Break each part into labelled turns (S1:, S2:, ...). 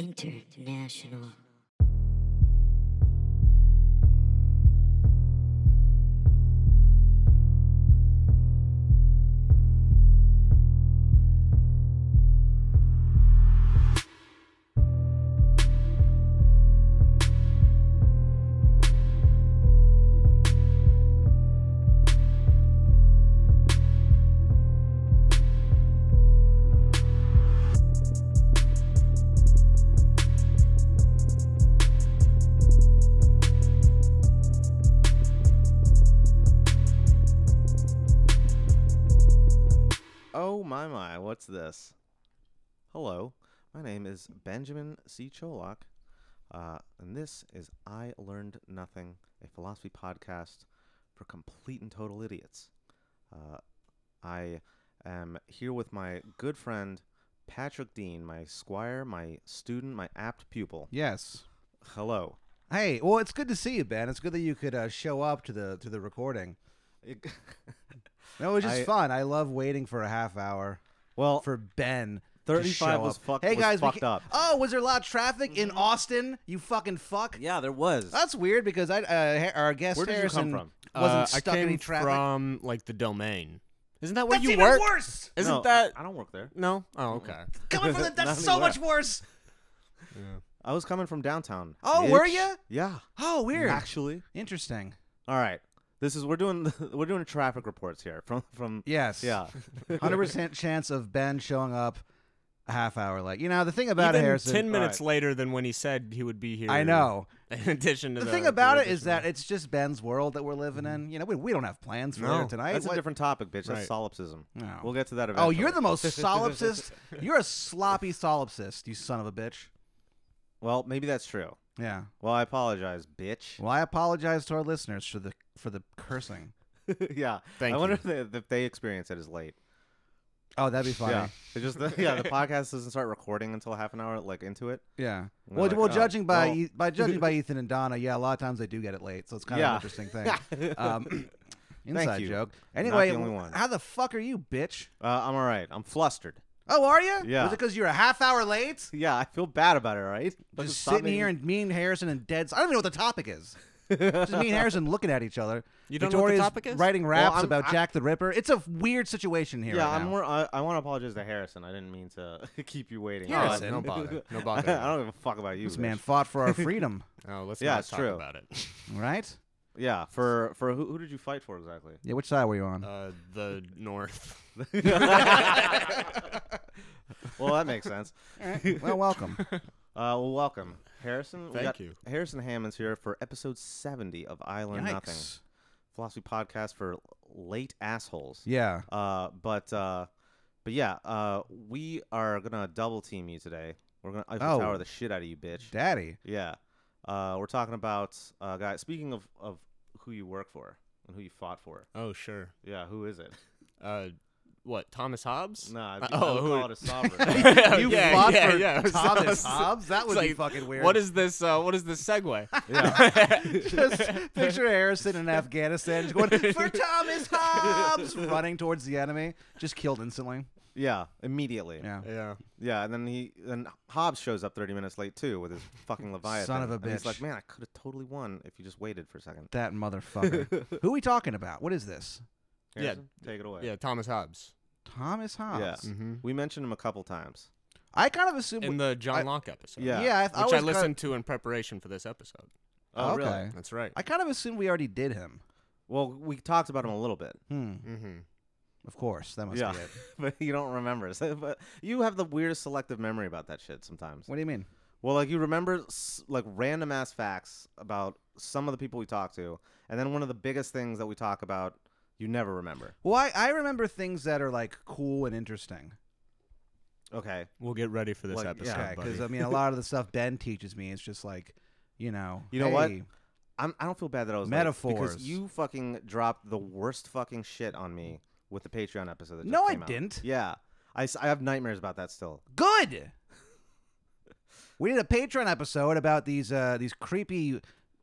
S1: International.
S2: Oh my my, what's this? Hello, my name is Benjamin C. Cholak, uh, and this is I Learned Nothing, a philosophy podcast for complete and total idiots. Uh, I am here with my good friend Patrick Dean, my squire, my student, my apt pupil.
S3: Yes.
S2: Hello.
S3: Hey, well, it's good to see you, Ben. It's good that you could uh, show up to the to the recording. That was just
S2: I-
S3: fun. I love waiting for a half hour
S2: well,
S3: for Ben. to
S2: 35
S3: show
S2: was
S3: up.
S2: fuck-
S3: Hey
S2: was
S3: guys, we
S2: fucked
S3: ca-
S2: up. Mm-hmm.
S3: Oh, was there a lot of traffic in Austin? You fucking fuck.
S2: yeah, there was.
S3: That's weird because I uh, Ha- our guest
S2: Where did you
S3: Harrison
S2: come from?
S3: wasn't
S4: Uh,
S3: stuck
S4: I
S3: in
S4: came
S3: any traffic.
S4: from like the domain. Isn't that where
S3: that's
S4: you
S3: even
S4: work?
S3: worse.
S4: Isn't
S2: No,
S4: that
S2: I don't work there.
S4: no? Oh, okay.
S3: Coming from the,
S2: Not
S3: that's so
S2: anywhere.
S3: much worse.
S2: I was coming from downtown.
S3: Oh,
S2: bitch.
S3: were ya?
S2: Yeah.
S3: Oh, weird.
S2: Actually.
S3: Interesting.
S2: All right. This is we're doing we're doing traffic reports here from from
S3: Yes.
S2: yeah.
S3: Hundred percent chance of Ben showing up a half hour late. You know the thing about
S4: Even
S3: Harrison.
S4: ten minutes
S2: alright.
S4: later than when he said he would be here.
S3: I know.
S4: In addition to
S3: The
S4: the
S3: thing about it
S4: addition
S3: is that it's just Ben's world that we're living in. You know, we, we don't have plans for
S4: No,
S3: later tonight.
S2: Mm-hmm. That's a
S3: What-
S2: different topic, bitch. That's
S4: Right.
S2: solipsism.
S3: No.
S2: We'll get to that
S3: Oh,
S2: eventually.
S3: you're the most solipsist. You're a sloppy solipsist, you son of a bitch.
S2: Well, maybe that's true.
S3: Yeah.
S2: Well, I apologize, bitch.
S3: Well, I apologize to our listeners for the for the cursing.
S2: yeah.
S4: Thank
S2: I wonder
S4: you.
S2: if they, if they experience it as late.
S3: Oh, that'd be funny.
S2: Yeah. It
S3: Yeah.
S2: just yeah, the podcast doesn't start recording until half an hour like into it. We're
S3: Well,
S2: like,
S3: well,
S2: oh,
S3: judging by
S2: well.
S3: E- by judging by Ethan and Donna, yeah, a lot of times they do get it late, so it's kind
S2: Yeah.
S3: of an interesting thing. Um, inside
S2: you.
S3: joke.
S2: Not the
S3: Anyway,
S2: only one.
S3: how the fuck are you, bitch?
S2: Uh, I'm all right. I'm flustered.
S3: Oh, are you?
S2: Yeah.
S3: Was it because you're a half hour late?
S2: Yeah, I feel bad about it, right? Fucking
S3: Just
S2: stop
S3: sitting
S2: making-
S3: here and me and Harrison and dead. I don't even know what the topic is. Just me and Harrison looking at each other.
S4: You don't know what the
S3: Victoria's
S4: topic is?
S3: Writing raps
S2: I'm-
S3: about
S2: I-
S3: Jack the Ripper. It's a weird situation here.
S2: yeah,
S3: right
S2: I'm
S3: now.
S2: more. I, I want to apologize to Harrison. I didn't mean to keep you waiting.
S4: Oh,
S3: Harrison.
S4: no bother. No
S2: I
S4: bother.
S2: don't give a fuck about you.
S3: This man
S2: bitch.
S3: fought for our freedom,
S4: No, Oh, let's
S2: Yeah,
S4: not
S2: it's
S4: talk
S2: true.
S4: about it.
S3: right?
S2: Yeah, for for who, who did you fight for exactly?
S3: Yeah. Which side were you
S2: Um,
S3: on?
S4: Uh, the north.
S2: Well, that makes sense.
S3: well, welcome.
S2: Uh, well, welcome, Harrison.
S4: Thank you.
S2: Harrison Hammond's here for episode seventy of I Learn Nothing,
S3: Yikes.
S2: philosophy podcast for late assholes.
S3: Yeah.
S2: Uh, but uh, but yeah, uh, we are gonna double team you today. We're gonna Eiffel
S3: Oh.
S2: Tower the shit out of you, bitch.
S3: Daddy.
S2: Yeah. Uh, we're talking about uh, guys. Speaking of of who you work for and who you fought for.
S4: Oh sure.
S2: Yeah, who is it?
S4: Uh, what? Thomas Hobbes?
S2: Nah,
S4: Uh,
S2: I would
S4: who-
S2: call it a sovereign.
S4: Yeah,
S3: you
S4: yeah,
S3: fought
S4: yeah,
S3: for
S4: yeah.
S3: Thomas Hobbes? That
S4: It's
S3: would be
S4: like,
S3: fucking weird.
S4: What is this? Uh, what is this segue?
S3: Just picture Harrison in Afghanistan just going for Thomas Hobbes, running towards the enemy, just killed instantly.
S2: yeah, immediately.
S3: Yeah.
S4: yeah.
S2: Yeah, and then he then Hobbs shows up 30 minutes late too with his fucking Leviathan.
S3: Son of a
S2: And he's like,
S3: bitch.
S2: man, I could have totally won if you just waited for a second.
S3: That motherfucker. Who are we talking about? What is this?
S4: Yeah.
S2: Harrison, take it away.
S4: Yeah, Thomas Hobbes.
S3: Thomas Hobbes.
S2: Yeah.
S4: Mm-hmm.
S2: We mentioned him a couple times.
S3: I kind of assume.
S4: In the John
S3: I-
S4: Locke episode.
S2: Yeah.
S3: yeah, I, th- I
S4: Which
S3: was
S4: I,
S3: kinda-
S4: listened to in preparation for this episode.
S2: Oh, really?
S3: Okay.
S4: That's right.
S3: I kind of assumed we already did him.
S2: Well, we talked about him a little bit.
S3: Hmm.
S4: mm-hmm.
S3: Of course, that must
S2: yeah,
S3: be it.
S2: but you don't remember. So, but you have the weirdest selective memory about that shit sometimes.
S3: What do you mean?
S2: Well, like you remember s- like random ass facts about some of the people we talked to, and then one of the biggest things that we talk about, you never remember.
S3: Well, I, I remember things that are like cool and interesting.
S2: Okay.
S4: We'll get ready for this
S2: Like,
S4: episode,
S2: yeah,
S3: Okay,
S4: buddy.
S3: because I mean, a lot of the stuff Ben teaches me is just like, you know,
S2: You know what?
S3: hey,
S2: I'm, I don't feel bad that I was late, because
S3: Metaphors.
S2: you fucking dropped the worst fucking shit on me with the Patreon episode. That just
S3: No, I
S2: came out.
S3: didn't.
S2: Yeah, I, s- I have nightmares about that still.
S3: Good. we did a Patreon episode about these uh, these creepy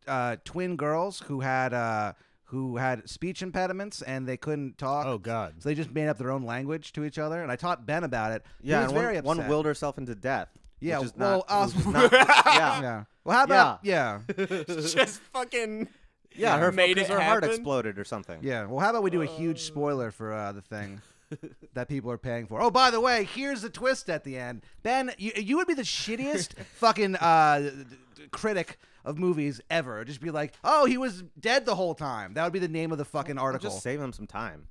S3: uh, twin girls who had uh, who had speech impediments and they couldn't talk.
S4: oh God.
S3: So they just made up their own language to each other, and I taught Ben about it.
S2: Yeah,
S3: he was
S2: and one,
S3: very
S2: one
S3: upset.
S2: willed herself into death.
S3: Yeah.
S2: which is
S3: well,
S2: not, which is
S3: awesome.
S2: not- yeah, yeah,
S3: yeah. Well, how about yeah.
S4: Just fucking.
S2: Her,
S4: made
S2: 'cause
S4: it
S2: her heart
S4: happen.
S2: exploded or something.
S3: Yeah. Well, how about we do a huge spoiler for uh, the thing that people are paying for? Oh, by the way, here's the twist at the end. Ben, you, you would be the shittiest fucking uh, d- d- critic of movies ever. Just be like, oh, he was dead the whole time. That would be the name of the fucking
S2: Well,
S3: article.
S2: just save him some time.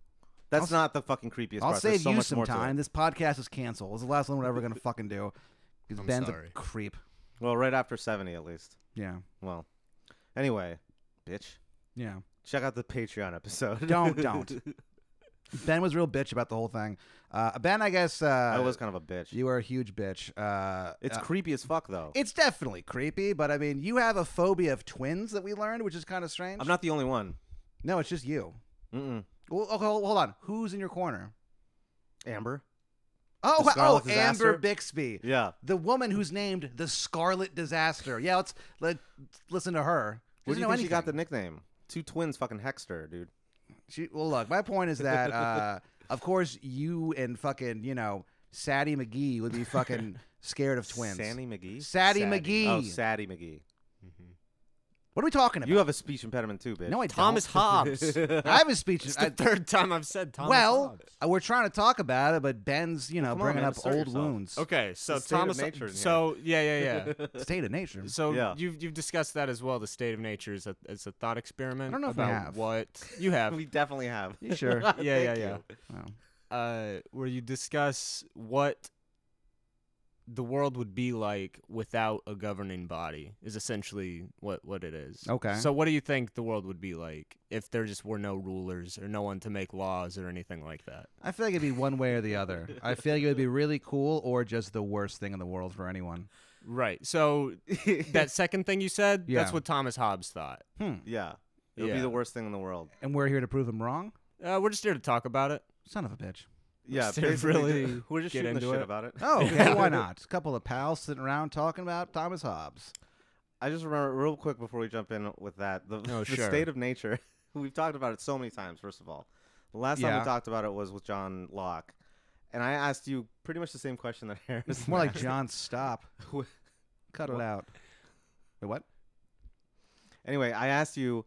S2: That's not the fucking creepiest
S3: I'll
S2: part.
S3: save
S2: There's so
S3: you
S2: much
S3: some
S2: more to it.
S3: time. This podcast is canceled. It's the last one we're ever gonna fucking do. Because
S4: I'm
S3: Ben's
S4: sorry.
S3: a creep.
S2: Well, right after 70 at least.
S3: Yeah.
S2: Well, anyway, bitch,
S3: Yeah.
S2: check out the Patreon episode.
S3: Don't don't. ben was real bitch about the whole thing. Uh, ben, I guess uh,
S2: I was kind of a bitch.
S3: you are a huge bitch. Uh,
S2: it's
S3: uh,
S2: creepy as fuck though.
S3: It's definitely creepy, but I mean, you have a phobia of twins that we learned, which is kind of strange.
S2: I'm not the only one.
S3: No, it's just you.
S2: Mm-mm.
S3: Well, okay, hold hold on. Who's in your corner?
S2: Amber.
S3: Oh,
S2: The
S3: wow. oh,
S2: Scarlet Disaster?
S3: Amber Bixby,
S2: Yeah.
S3: the woman who's named the Scarlet Disaster. Yeah, let's let listen to her.
S2: Where
S3: Doesn't
S2: do you
S3: know
S2: think she got the
S3: anything.
S2: nickname? Two twins fucking hexed her, dude.
S3: She, well, look, my point is that, uh, of course, you and fucking you know Sadie McGee would be fucking scared of twins.
S2: Sandy McGee.
S3: Sadie McGee.
S2: Oh, Sadie McGee.
S3: What are we talking about?
S2: You have a speech impediment too, bitch.
S3: no, I
S4: Thomas
S3: don't.
S4: Hobbes.
S3: I have a speech.
S4: It's the
S3: I-
S4: third time I've said Thomas
S3: well,
S4: Hobbes.
S3: uh, we're trying to talk about it, but Ben's, you know,
S2: come on,
S3: bringing
S2: man,
S3: up
S2: assert
S3: old
S2: yourself.
S3: wounds.
S4: Okay, so
S2: the state of
S4: Thomas.
S2: nature in
S4: so yeah, yeah, yeah.
S3: State of nature.
S4: So
S2: Yeah.
S4: you've you've discussed that as well. The state of nature is a it's a thought
S3: I
S4: experiment.
S3: don't know if we
S4: about
S3: have.
S4: what you have.
S2: we definitely have.
S3: You sure?
S2: yeah,
S4: yeah, yeah.
S3: Wow.
S4: uh, where you discuss what the world would be like without a governing body is essentially what what it is.
S3: Okay.
S4: So what do you think the world would be like if there just were no rulers or no one to make laws or anything like that?
S3: I feel like it'd be one way or the other. I feel like it would be really cool or just the worst thing in the world for anyone.
S4: Right. So that second thing you said,
S3: Yeah.
S4: that's what Thomas Hobbes thought.
S2: Yeah. It would be
S4: Yeah.
S2: the worst thing in the world.
S3: Hmm. And we're here to prove him wrong?
S4: Uh, we're just here to talk about it.
S3: Son of a bitch.
S2: Yeah,
S4: Let's just
S2: basically,
S4: really
S2: ju- we're just
S4: get
S2: shooting the
S4: into
S2: shit
S4: it.
S2: about it.
S3: Oh, okay, why not? A couple of pals sitting around talking about Thomas Hobbes.
S2: I just remember real quick before we jump in with that the, the
S4: Oh, sure.
S2: state of nature. We've talked about it so many times. First of all, the last time
S3: Yeah.
S2: we talked about it was with John Locke, and I asked you pretty much the same question that Harris.
S3: It's more like
S2: asked.
S3: John Stop. Cut it out. Wait, what?
S2: anyway, I asked you,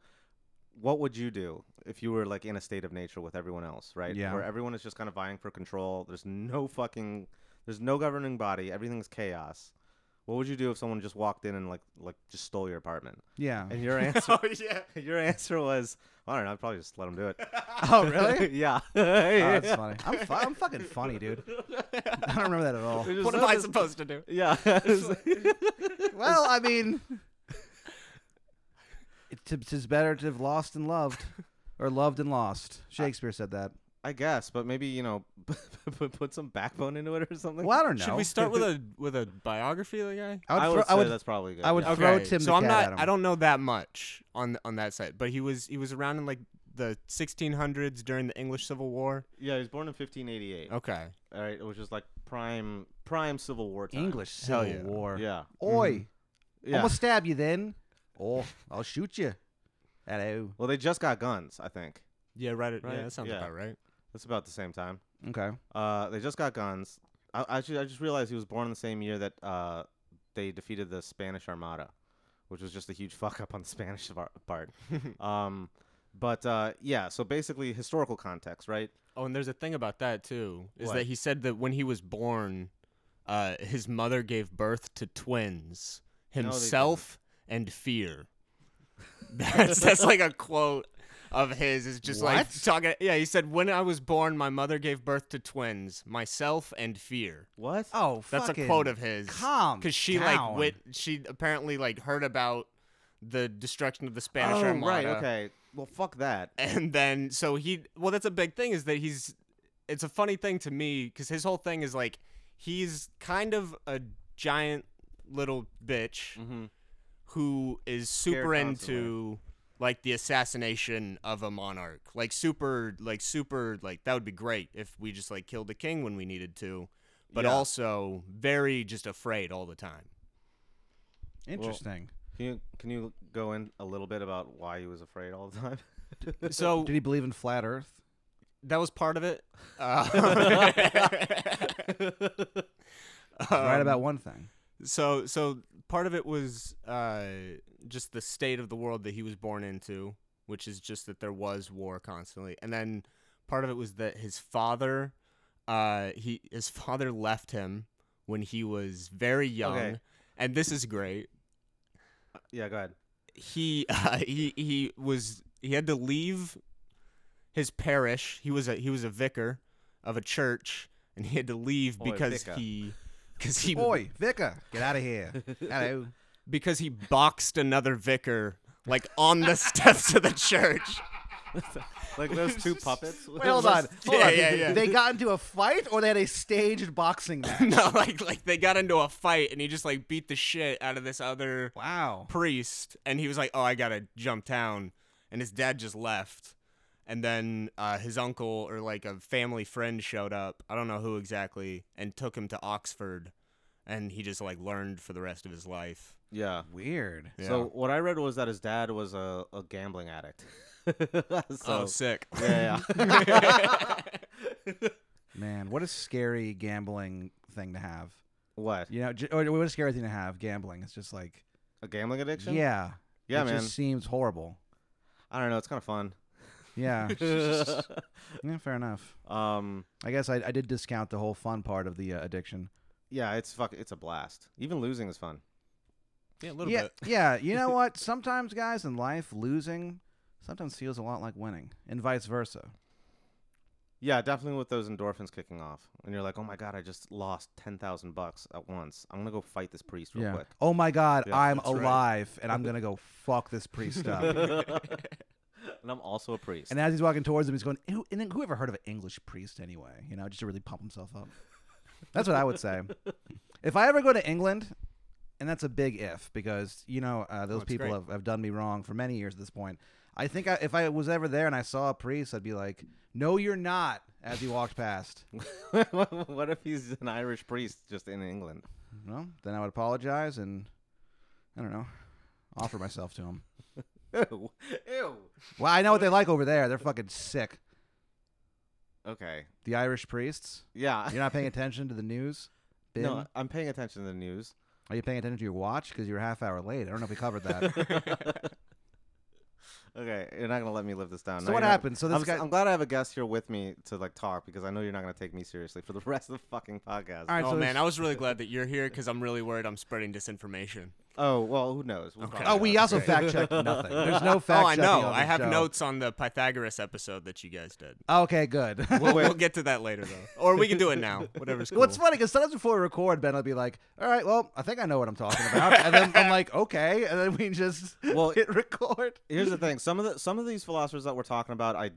S2: what would you do if you were like in a state of nature with everyone else, right?
S3: Yeah.
S2: Where everyone is just kind of vying for control. There's no fucking, there's no governing body. Everything's chaos. What would you do if someone just walked in and like like just stole your apartment?
S3: Yeah.
S2: And your answer,
S4: oh yeah.
S2: your answer was, I don't know. I'd probably just let them do it.
S3: Oh, really?
S2: yeah.
S3: Oh, that's funny. I'm, fu- I'm fucking funny, dude. I don't remember that at all.
S2: It was
S4: What am
S2: not
S4: I
S2: just-
S4: supposed to do?
S2: Yeah.
S3: Well, I mean, it's, it's better to have lost and loved, or loved and lost. Shakespeare said that.
S2: I guess, but maybe you know, put put some backbone into it or something.
S3: Well, I don't know.
S4: Should we start with a with a biography of the guy?
S2: I
S3: I would. throw,
S2: would say
S3: I would,
S2: that's probably good.
S3: I would
S2: yeah.
S3: throw Tim
S4: so
S3: the
S4: I'm
S3: cat
S4: not.
S3: at him.
S4: I don't know that much on on that side, but he was he was around in like the 1600s during the English Civil War.
S2: yeah, he was born in 1588.
S4: Okay.
S2: All right, it was just like prime prime Civil War time.
S3: English
S4: Hell
S3: Civil
S4: yeah. Mm-hmm.
S3: War.
S2: Yeah.
S3: Oi!
S2: Yeah.
S3: I'm gonna stab you then. Oh, I'll shoot you. Hello.
S2: well, they just got guns, I think.
S4: Yeah. Right. it-
S2: Right?
S4: Yeah. That sounds
S2: Yeah.
S4: about right.
S2: That's about the same time.
S3: Okay.
S2: Uh, they just got guns. I I, ju- I just realized he was born in the same year that uh, they defeated the Spanish Armada, which was just a huge fuck up on the Spanish var- part. um, but uh, yeah, so basically historical context, right?
S4: Oh, and there's a thing about that too. Is
S2: What?
S4: that he said that when he was born, uh, his mother gave birth to twins,
S2: didn't.
S4: himself and fear. That's that's like a quote of his. It's just
S3: What?
S4: like talking. Yeah. He said, "When I was born, my mother gave birth to twins, myself and fear."
S2: What?
S3: Oh,
S4: That's
S3: fucking
S4: a quote of his.
S3: calm
S4: because she
S3: down.
S4: like wit. She apparently like heard about the destruction of the Spanish Armada.
S2: Oh, right. Okay. Well, fuck that.
S4: And then so he. Well, that's a big thing. Is that he's. It's a funny thing to me because his whole thing is like he's kind of a giant little bitch
S2: Mm-hmm.
S4: who is super
S2: constantly.
S4: into like the assassination of a monarch like super like super like that would be great if we just like killed the king when we needed to but
S2: Yeah.
S4: also very just afraid all the time
S3: Interesting.
S2: Can you can you go in a little bit about why he was afraid all the time?
S4: so
S3: Did he believe in flat Earth?
S4: that was part of it uh,
S3: Um, He's right about one thing.
S4: Um, So so part of it was uh, just the state of the world that he was born into, which is just that there was war constantly, and then part of it was that his father, uh, he his father left him when he was very young,
S2: Okay.
S4: and this is great.
S2: Yeah, go ahead.
S4: He uh, he he was he had to leave his parish. He was a he was a vicar of a church, and he had to leave
S2: Boy,
S4: because
S2: vicar.
S4: he because he
S3: Oi, Vicar, get out of here. Hello.
S4: because he boxed another vicar like on the steps of the church.
S2: Like those two puppets.
S3: Wait, hold on. Hold
S4: Yeah,
S3: on.
S4: yeah, yeah.
S3: They got into a fight or they had a staged boxing match?
S4: no, like like they got into a fight and he just like beat the shit out of this other
S3: wow.
S4: priest and he was like, "Oh, I got to jump town." And his dad just left. And then uh, his uncle or like a family friend showed up. I don't know who exactly and took him to Oxford and he just like learned for the rest of his life.
S2: Yeah.
S3: Weird.
S4: Yeah.
S2: So what I read was that his dad was a, a gambling addict.
S4: oh,
S2: so
S4: sick.
S2: yeah, yeah.
S3: Man, what a scary gambling thing to have.
S2: what
S3: You know, j- or what a scary thing to have, gambling. It's just like,
S2: a gambling addiction?
S3: yeah.
S2: yeah,
S3: it
S2: man.
S3: just seems horrible.
S2: I don't know. It's kind of fun.
S3: Yeah. yeah, fair enough.
S2: um,
S3: I guess I, I did discount the whole fun part of the uh, addiction.
S2: yeah, it's fuck. It's a blast. Even losing is fun.
S4: Yeah, a little
S3: yeah,
S4: bit.
S3: yeah. You know what? Sometimes, guys, in life, losing sometimes feels a lot like winning, and vice versa.
S2: Yeah, definitely with those endorphins kicking off, and you're like, oh my god, I just lost ten thousand bucks at once. I'm gonna go fight this priest real quick.
S3: Oh my God,
S2: Yeah,
S3: I'm
S4: that's right.
S3: alive, and I'm gonna go fuck this priest up.
S2: Uh, And I'm also a priest.
S3: and as he's walking towards him, he's going, "Who? And then who ever heard of an English priest anyway? You know, just to really pump himself up." That's what I would say. If I ever go to England, and that's a big if, because you know uh, those
S4: it's
S3: people
S4: great.
S3: have, have done me wrong for many years at this point. I think I, if I was ever there and I saw a priest, I'd be like, "No, you're not." As he walked past.
S2: what if he's an Irish priest just in England?
S3: Well, then I would apologize and I don't know, offer myself to them.
S2: Ew. Ew.
S3: Well, I know what they like over there. They're fucking sick.
S2: Okay.
S3: The Irish priests.
S2: Yeah.
S3: You're not paying attention to the news. Bin?
S2: No, I'm paying attention to the news.
S3: Are you paying attention to your watch? Because you're a half hour late. I don't know if we covered that.
S2: Okay, you're not gonna let me live this down.
S3: So
S2: No,
S3: what
S2: you're not-
S3: happened? So this
S2: I'm, s-
S3: guy-
S2: I'm glad I have a guest here with me to like talk because I know you're not gonna take me seriously for the rest of the fucking podcast.
S3: All right,
S4: Oh
S3: so
S4: man,
S3: this-
S4: I was really glad that you're here because I'm really worried I'm spreading disinformation.
S2: Oh well, who knows? We'll
S4: Okay.
S2: find
S3: oh,
S2: out.
S3: we
S2: That's
S3: also
S2: great.
S3: fact checked nothing. There's no fact
S4: oh, I
S3: checking.
S4: know.
S3: on
S4: I
S3: this
S4: have
S3: show.
S4: notes on the Pythagoras episode that you guys did.
S3: Okay, good.
S4: We'll, we'll get to that later, though, or we can do it now. Whatever's cool.
S3: Well, it's funny because sometimes before we record, Ben will be like, "All right, well, I think I know what I'm talking about," and then I'm like, "Okay," and then we just
S2: Well-
S3: hit record.
S2: Here's the thing: some of the some of these philosophers that we're talking about, I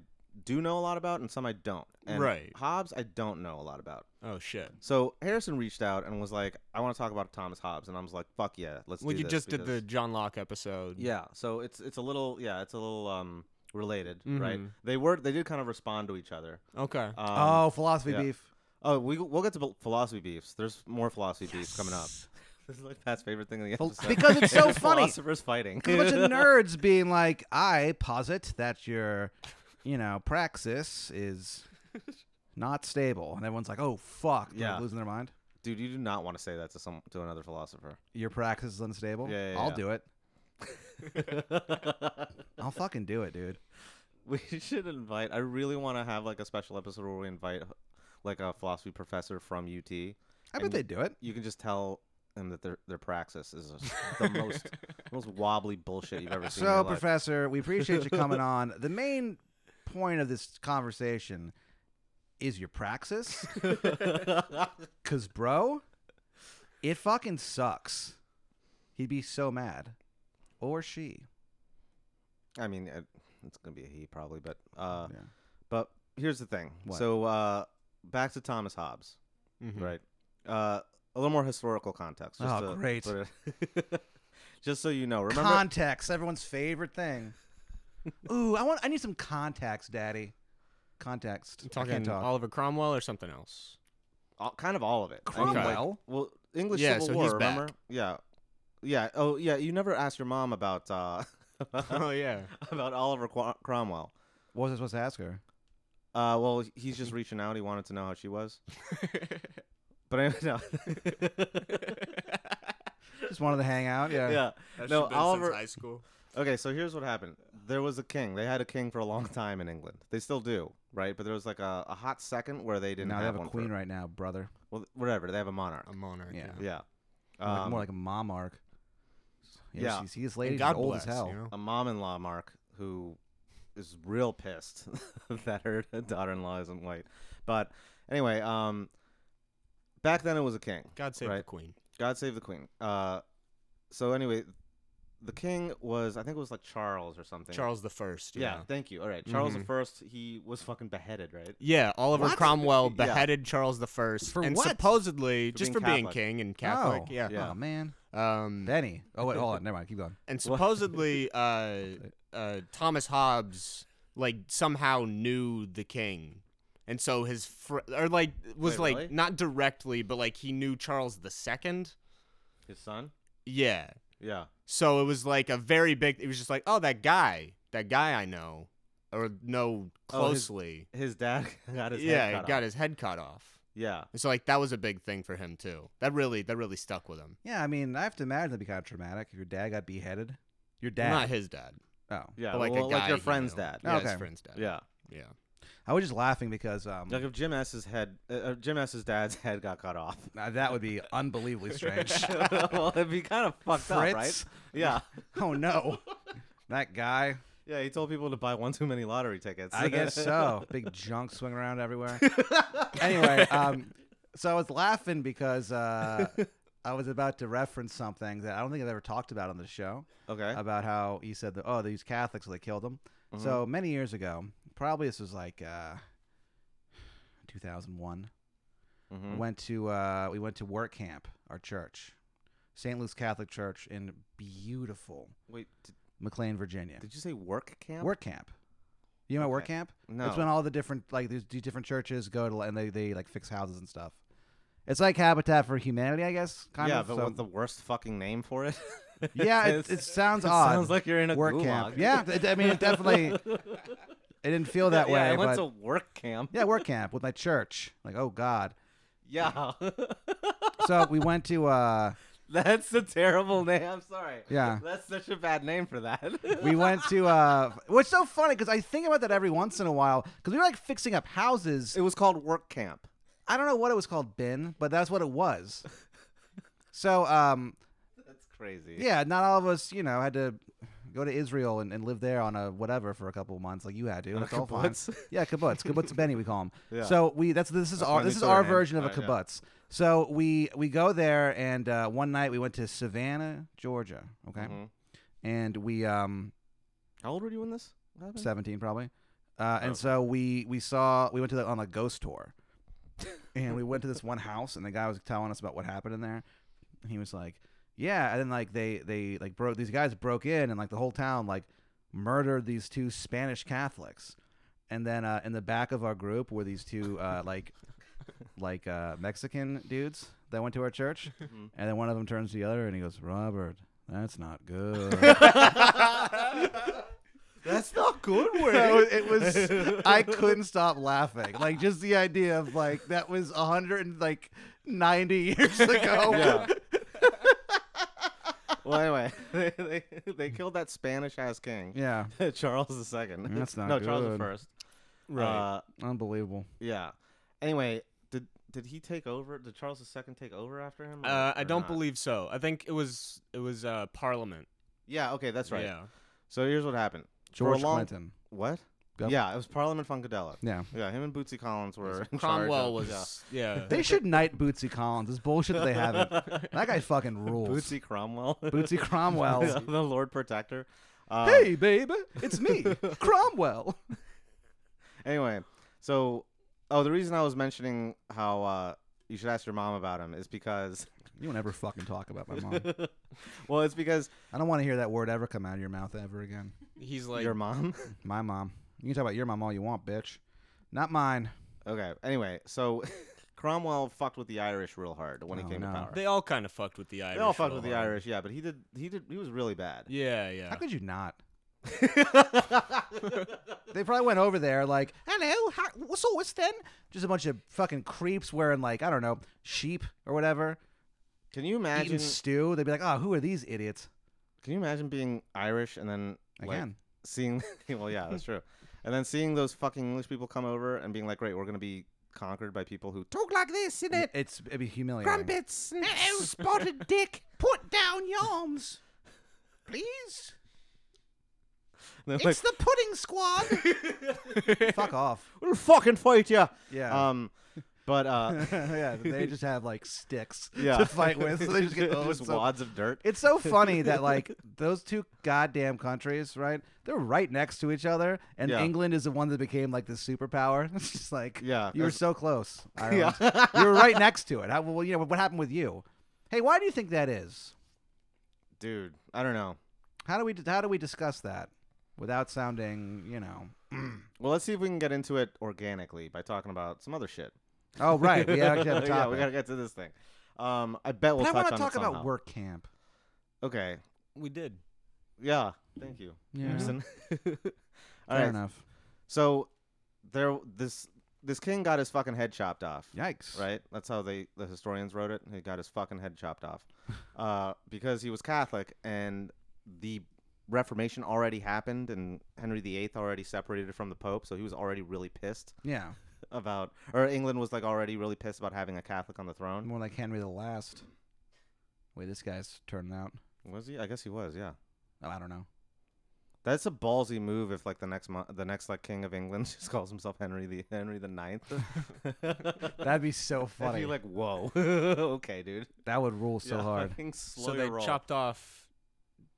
S2: do know a lot about, and some I don't. And
S4: Right.
S2: Hobbes, I don't know a lot about.
S4: oh shit!
S2: So Harrison reached out and was like, "I want to talk about Thomas Hobbes," and I was like, "Fuck yeah, let's."
S4: Well,
S2: do
S4: you
S2: this
S4: just did the
S2: because-
S4: John Locke episode.
S2: Yeah, so it's it's a little yeah, it's a little um related,
S3: Mm-hmm.
S2: right?
S4: Mhm.
S2: They were they did kind of respond to each other.
S4: Okay.
S2: Um,
S3: oh, philosophy
S2: yeah.
S3: beef.
S2: Oh, we we'll get to phil- philosophy beefs. There's more philosophy beefs coming up. This is like Pat's favorite thing in the
S3: Well,
S2: episode.
S3: because it's so
S2: Just
S3: funny.
S2: Philosophers fighting.
S3: a bunch of nerds being like, I posit that your, you know, praxis is not stable, and everyone's like, oh fuck, they're
S2: Yeah.
S3: losing their mind.
S2: Dude, you do not want to say that to some to another philosopher.
S3: Your praxis is unstable.
S2: Yeah, yeah,
S3: I'll
S2: yeah.
S3: do it. I'll fucking do it, dude.
S2: we should invite. I really want to have like a special episode where we invite like a philosophy professor from UT.
S3: I bet
S2: And
S3: they do it.
S2: You can just tell them that their their praxis is just the most most wobbly bullshit you've ever seen. in
S3: So,
S2: your life.
S3: Professor, we appreciate you coming on. The main point of this conversation is your praxis, cause bro, it fucking sucks. He'd be so mad, or she.
S2: I mean, it, it's gonna be a he probably, but uh,
S3: Yeah.
S2: but here's the thing.
S3: What? Hmm.
S2: So uh, back to Thomas Hobbes,
S4: Mhm.
S2: right? Uh, a little more historical context. Just
S3: Oh,
S2: to
S3: great.
S2: put it- just so you know, remember?
S3: Contacts, everyone's favorite thing. Ooh, I want. I need some contacts, Daddy. Context.
S4: You
S3: I
S4: talking
S3: can't talk.
S4: Oliver Cromwell or something else?
S2: all, kind of all of it. I mean, like,
S3: Cromwell?
S2: well, English
S4: Yeah,
S2: Civil
S4: so
S2: War.
S4: he's
S2: remember?
S4: back.
S2: Yeah, yeah. Oh, yeah. You never asked your mom about uh,
S4: oh yeah.
S2: about Oliver Qua- Cromwell.
S3: What was I supposed to ask her?
S2: Uh, well, he's just reaching out. He wanted to know how she was. But anyway, no.
S3: Just wanted to hang out. Yeah.
S2: yeah. No,
S4: That should've been since
S2: Oliver.
S4: high school.
S2: Okay, so here's what happened. There was a king. They had a king for a long time in England. They still do, right? But there was like a, a hot second where they didn't
S3: Now they
S2: have,
S3: have a
S2: one
S3: queen
S2: for,
S3: right now, brother.
S2: Well, whatever. They have a monarch.
S4: A monarch.
S3: Yeah.
S2: yeah.
S3: More like-
S2: Um,
S3: more like a momarch. Yeah.
S2: yeah.
S3: She's, she's lady.
S4: And
S3: she's
S4: God
S3: old
S4: bless.
S3: as hell.
S4: You know?
S2: a mom-in-law, Mark, who is real pissed that her daughter-in-law isn't white. But anyway, um, back then it was a king.
S4: God save the
S2: Right.
S4: queen.
S2: God save the queen. Uh, so anyway, the king was I think it was like Charles or something.
S4: Charles the First.
S2: Yeah,
S4: Yeah.
S2: thank you. All right, Charles the
S4: Mhm.
S2: First. He was fucking beheaded, right?
S4: Yeah, Oliver
S3: What?
S4: Cromwell
S2: Yeah.
S4: beheaded Charles the First,
S3: For
S4: and
S3: what?
S4: supposedly
S2: For
S4: just
S2: being
S4: for being
S2: Catholic.
S4: king and Catholic.
S3: Oh,
S4: Yeah.
S2: Yeah.
S3: Oh man,
S4: Um,
S3: Benny. Oh wait, hold on. Never mind. Keep going.
S4: and supposedly uh, uh, Thomas Hobbes like somehow knew the king, and so his fr- or like
S2: Wait,
S4: was like
S2: really?
S4: not directly, but like he knew Charles the Second.
S2: His son.
S4: Yeah,
S2: Yeah.
S4: so it was like a very big. It was just like oh that guy, that guy I know or know
S2: Oh, his-
S4: closely.
S2: His dad got his
S4: yeah,
S2: Head cut
S4: he got
S2: off.
S4: his head cut off.
S2: Yeah.
S4: And so like that was a big thing for him too. That really that really stuck with him.
S3: Yeah, I mean, I have to imagine that'd be kind of traumatic if your dad got beheaded. Your dad.
S4: Not his dad.
S3: oh,
S2: Yeah.
S4: but, like
S2: well,
S4: a
S2: like
S4: guy
S2: your
S4: he
S2: friend's
S4: knew.
S2: dad.
S4: Yeah, his
S3: Okay.
S4: friend's dad.
S2: Yeah.
S4: Yeah.
S3: I was just laughing because um,
S2: Like if Jim S's head, uh, uh, Jim S's dad's head got cut off.
S3: uh, that would be unbelievably strange.
S2: well, it'd be kind of fucked up, right?
S3: Fritz?
S2: Yeah.
S3: oh no, that guy.
S2: Yeah, he told people to buy one too many lottery tickets.
S3: I guess so. Big junk swing around everywhere. anyway, um, so I was laughing because uh, I was about to reference something that I don't think I've ever talked about on the show
S2: okay.
S4: Uh,
S3: about how he said that oh these Catholics they killed them.
S2: Mhm.
S3: So many years ago, probably this was like uh, 2001.
S2: Mhm.
S3: went to uh, we went to work camp our church st louis catholic church in beautiful
S2: Wait, did,
S3: mclean virginia
S2: did you say work camp?
S3: work camp you know what work
S2: Okay.
S3: camp
S2: No.
S3: it's when all the different like these these different churches go to like, and they, they like fix houses and stuff it's like habitat for humanity i guess kind
S2: yeah,
S3: of
S2: but
S3: so-
S2: with the worst fucking name for it.
S3: yeah it, it sounds odd
S2: Sounds like you're in a
S3: work
S2: gulag.
S3: camp yeah it- i mean it definitely it didn't feel that
S2: Yeah,
S3: way
S2: I went
S3: but
S2: to work camp.
S3: yeah work camp with my church like oh god
S2: Yeah.
S3: so we went to uh
S2: That's a terrible name. I'm sorry.
S3: Yeah.
S2: That's such a bad name for that.
S3: we went to uh which is so funny because i think about that every once in a while because we were like fixing up houses
S2: it was called work camp.
S3: i don't know what it was called bin but that's what it was so um
S2: That's crazy.
S3: yeah not all of us you know had to go to israel and, and live there on a whatever for a couple of months like you had to and
S2: On a
S3: it's all fine
S2: kibbutz?
S3: yeah kibbutz kibbutz benny we call him
S2: Yeah.
S3: so we that's this is
S2: That's
S3: our
S2: my
S3: this
S2: new
S3: is our
S2: surname.
S3: version of a
S2: Alright, Oh, yeah.
S3: kibbutz so we we go there and uh, one night we went to savannah georgia okay
S2: Mhm.
S3: and we um
S2: How old were you when this happened?
S3: 17 probably uh, and
S2: Oh.
S3: so we we saw we went to the, on a ghost tour and we went to this one house and the guy was telling us about what happened in there and he was like yeah and then like they they like broke these guys broke in and like the whole town like murdered these two spanish catholics and then uh, in the back of our group were these two uh, like like uh, mexican dudes that went to our church
S2: Mhm.
S3: and then one of them turns to the other and he goes robert that's not good
S2: That's not good
S3: So it was I couldn't stop laughing. Like just the idea of like that was a hundred and like ninety years ago.
S2: Yeah. well, anyway, they, they, they killed that Spanish ass king,
S3: Yeah.
S2: Charles the Second.
S3: Mm, That's not
S2: no Charles the
S3: good.
S2: First.
S4: Right.
S2: Uh,
S3: Unbelievable.
S2: yeah. Anyway, did did he take over? Did Charles the Second take over after him? or-
S4: Uh, I
S2: or
S4: don't
S2: not?
S4: believe so. I think it was it was uh, Parliament.
S2: Yeah. Okay, that's right.
S4: Yeah.
S2: So here's what happened. For a
S3: George
S2: long-
S3: Clinton.
S2: What?
S3: Go.
S2: Yeah, it was Parliament Funkadelic.
S3: Yeah.
S2: Yeah, him and Bootsy Collins were. in charge
S4: Cromwell
S2: of-
S4: was yeah.
S3: They should knight Bootsy Collins. It's bullshit that they haven't. That guy fucking rules.
S2: Bootsy Cromwell.
S3: Bootsy Cromwell.
S2: Yeah, the Lord Protector. Uh,
S3: Hey, babe, it's me, Cromwell.
S2: Anyway, so oh, the reason I was mentioning how uh, you should ask your mom about him is because
S3: You don't ever fucking talk about my mom.
S2: well, it's because
S3: I don't want to hear that word ever come out of your mouth ever again.
S4: He's like
S2: your mom.
S3: My mom. You can talk about your mom all you want, bitch. Not mine.
S2: okay. Anyway, so Cromwell fucked with the Irish real hard when
S3: Oh,
S2: he came
S3: no.
S2: to power.
S4: they all kind of fucked with the Irish.
S2: They all fucked
S4: real
S2: with the
S4: hard.
S2: Irish, yeah, but he did he did he was really bad.
S4: Yeah, yeah.
S3: How could you not? They probably went over there like, hello, how, what's all this then? Just a bunch of fucking creeps wearing like, I don't know, sheep or whatever.
S2: Can you
S3: eating
S2: imagine?
S3: stew. They'd be like, "Oh, who are these idiots?"
S2: Can you imagine being Irish and then like,
S3: Again,
S2: seeing? well, yeah, that's true. And then seeing those fucking English people come over and being like, "Great, we're gonna be conquered by people who talk like this in it,
S3: it's it'd be humiliating.
S2: crumpets, and
S3: spotted dick, put down your arms, please.
S2: They're like,
S3: the pudding squad. Fuck off.
S2: "We'll fucking fight ya."
S3: Yeah.
S2: Um, but uh,
S3: yeah, they just have like sticks
S2: Yeah.
S3: to fight with. So they just get oh,
S2: just
S3: it's so-
S2: wads of dirt.
S3: It's so funny that like those two goddamn countries, right? They're right next to each other, and
S2: Yeah.
S3: England is the one that became like the superpower. It's just like
S2: Yeah,
S3: you were
S2: that's-
S3: so close. Ireland. you were right next to it. How, well, you know what happened with you? Hey, why do you think that is?
S2: Dude, I don't know.
S3: How do we how do we discuss that without sounding you know?
S2: Well, let's see if we can get into it organically by talking about some other shit.
S3: Oh right, we actually have a topic.
S2: yeah, we gotta get to this thing. Um, I bet we'll
S3: but
S2: touch
S3: I want to
S2: on
S3: talk
S2: it somehow.
S3: about work camp.
S2: Okay.
S4: We did.
S2: Yeah. Thank you,
S3: Yeah.
S2: Emerson. All
S3: Fair
S2: right.
S3: enough.
S2: So there, this this king got his fucking head chopped off.
S3: Yikes.
S2: Right. That's how they the historians wrote it. He got his fucking head chopped off, uh, because he was Catholic and the Reformation already happened and Henry VIII already separated from the Pope, so he was already really pissed
S3: Yeah.
S2: about, or England was like already really pissed about having a Catholic on the throne.
S3: More like Henry the Last. Wait, this guy's turning out.
S2: Was he? I guess he was. Yeah.
S3: Oh, I don't know.
S2: That's a ballsy move. If like the next mo- the next like king of England just calls himself Henry the Henry the Ninth, that'd
S3: That'd be so funny.
S2: be like whoa, okay, dude.
S3: that would rule so
S2: Yeah,
S3: hard.
S2: fucking slow
S4: so
S2: your
S4: they
S2: roll.
S4: chopped off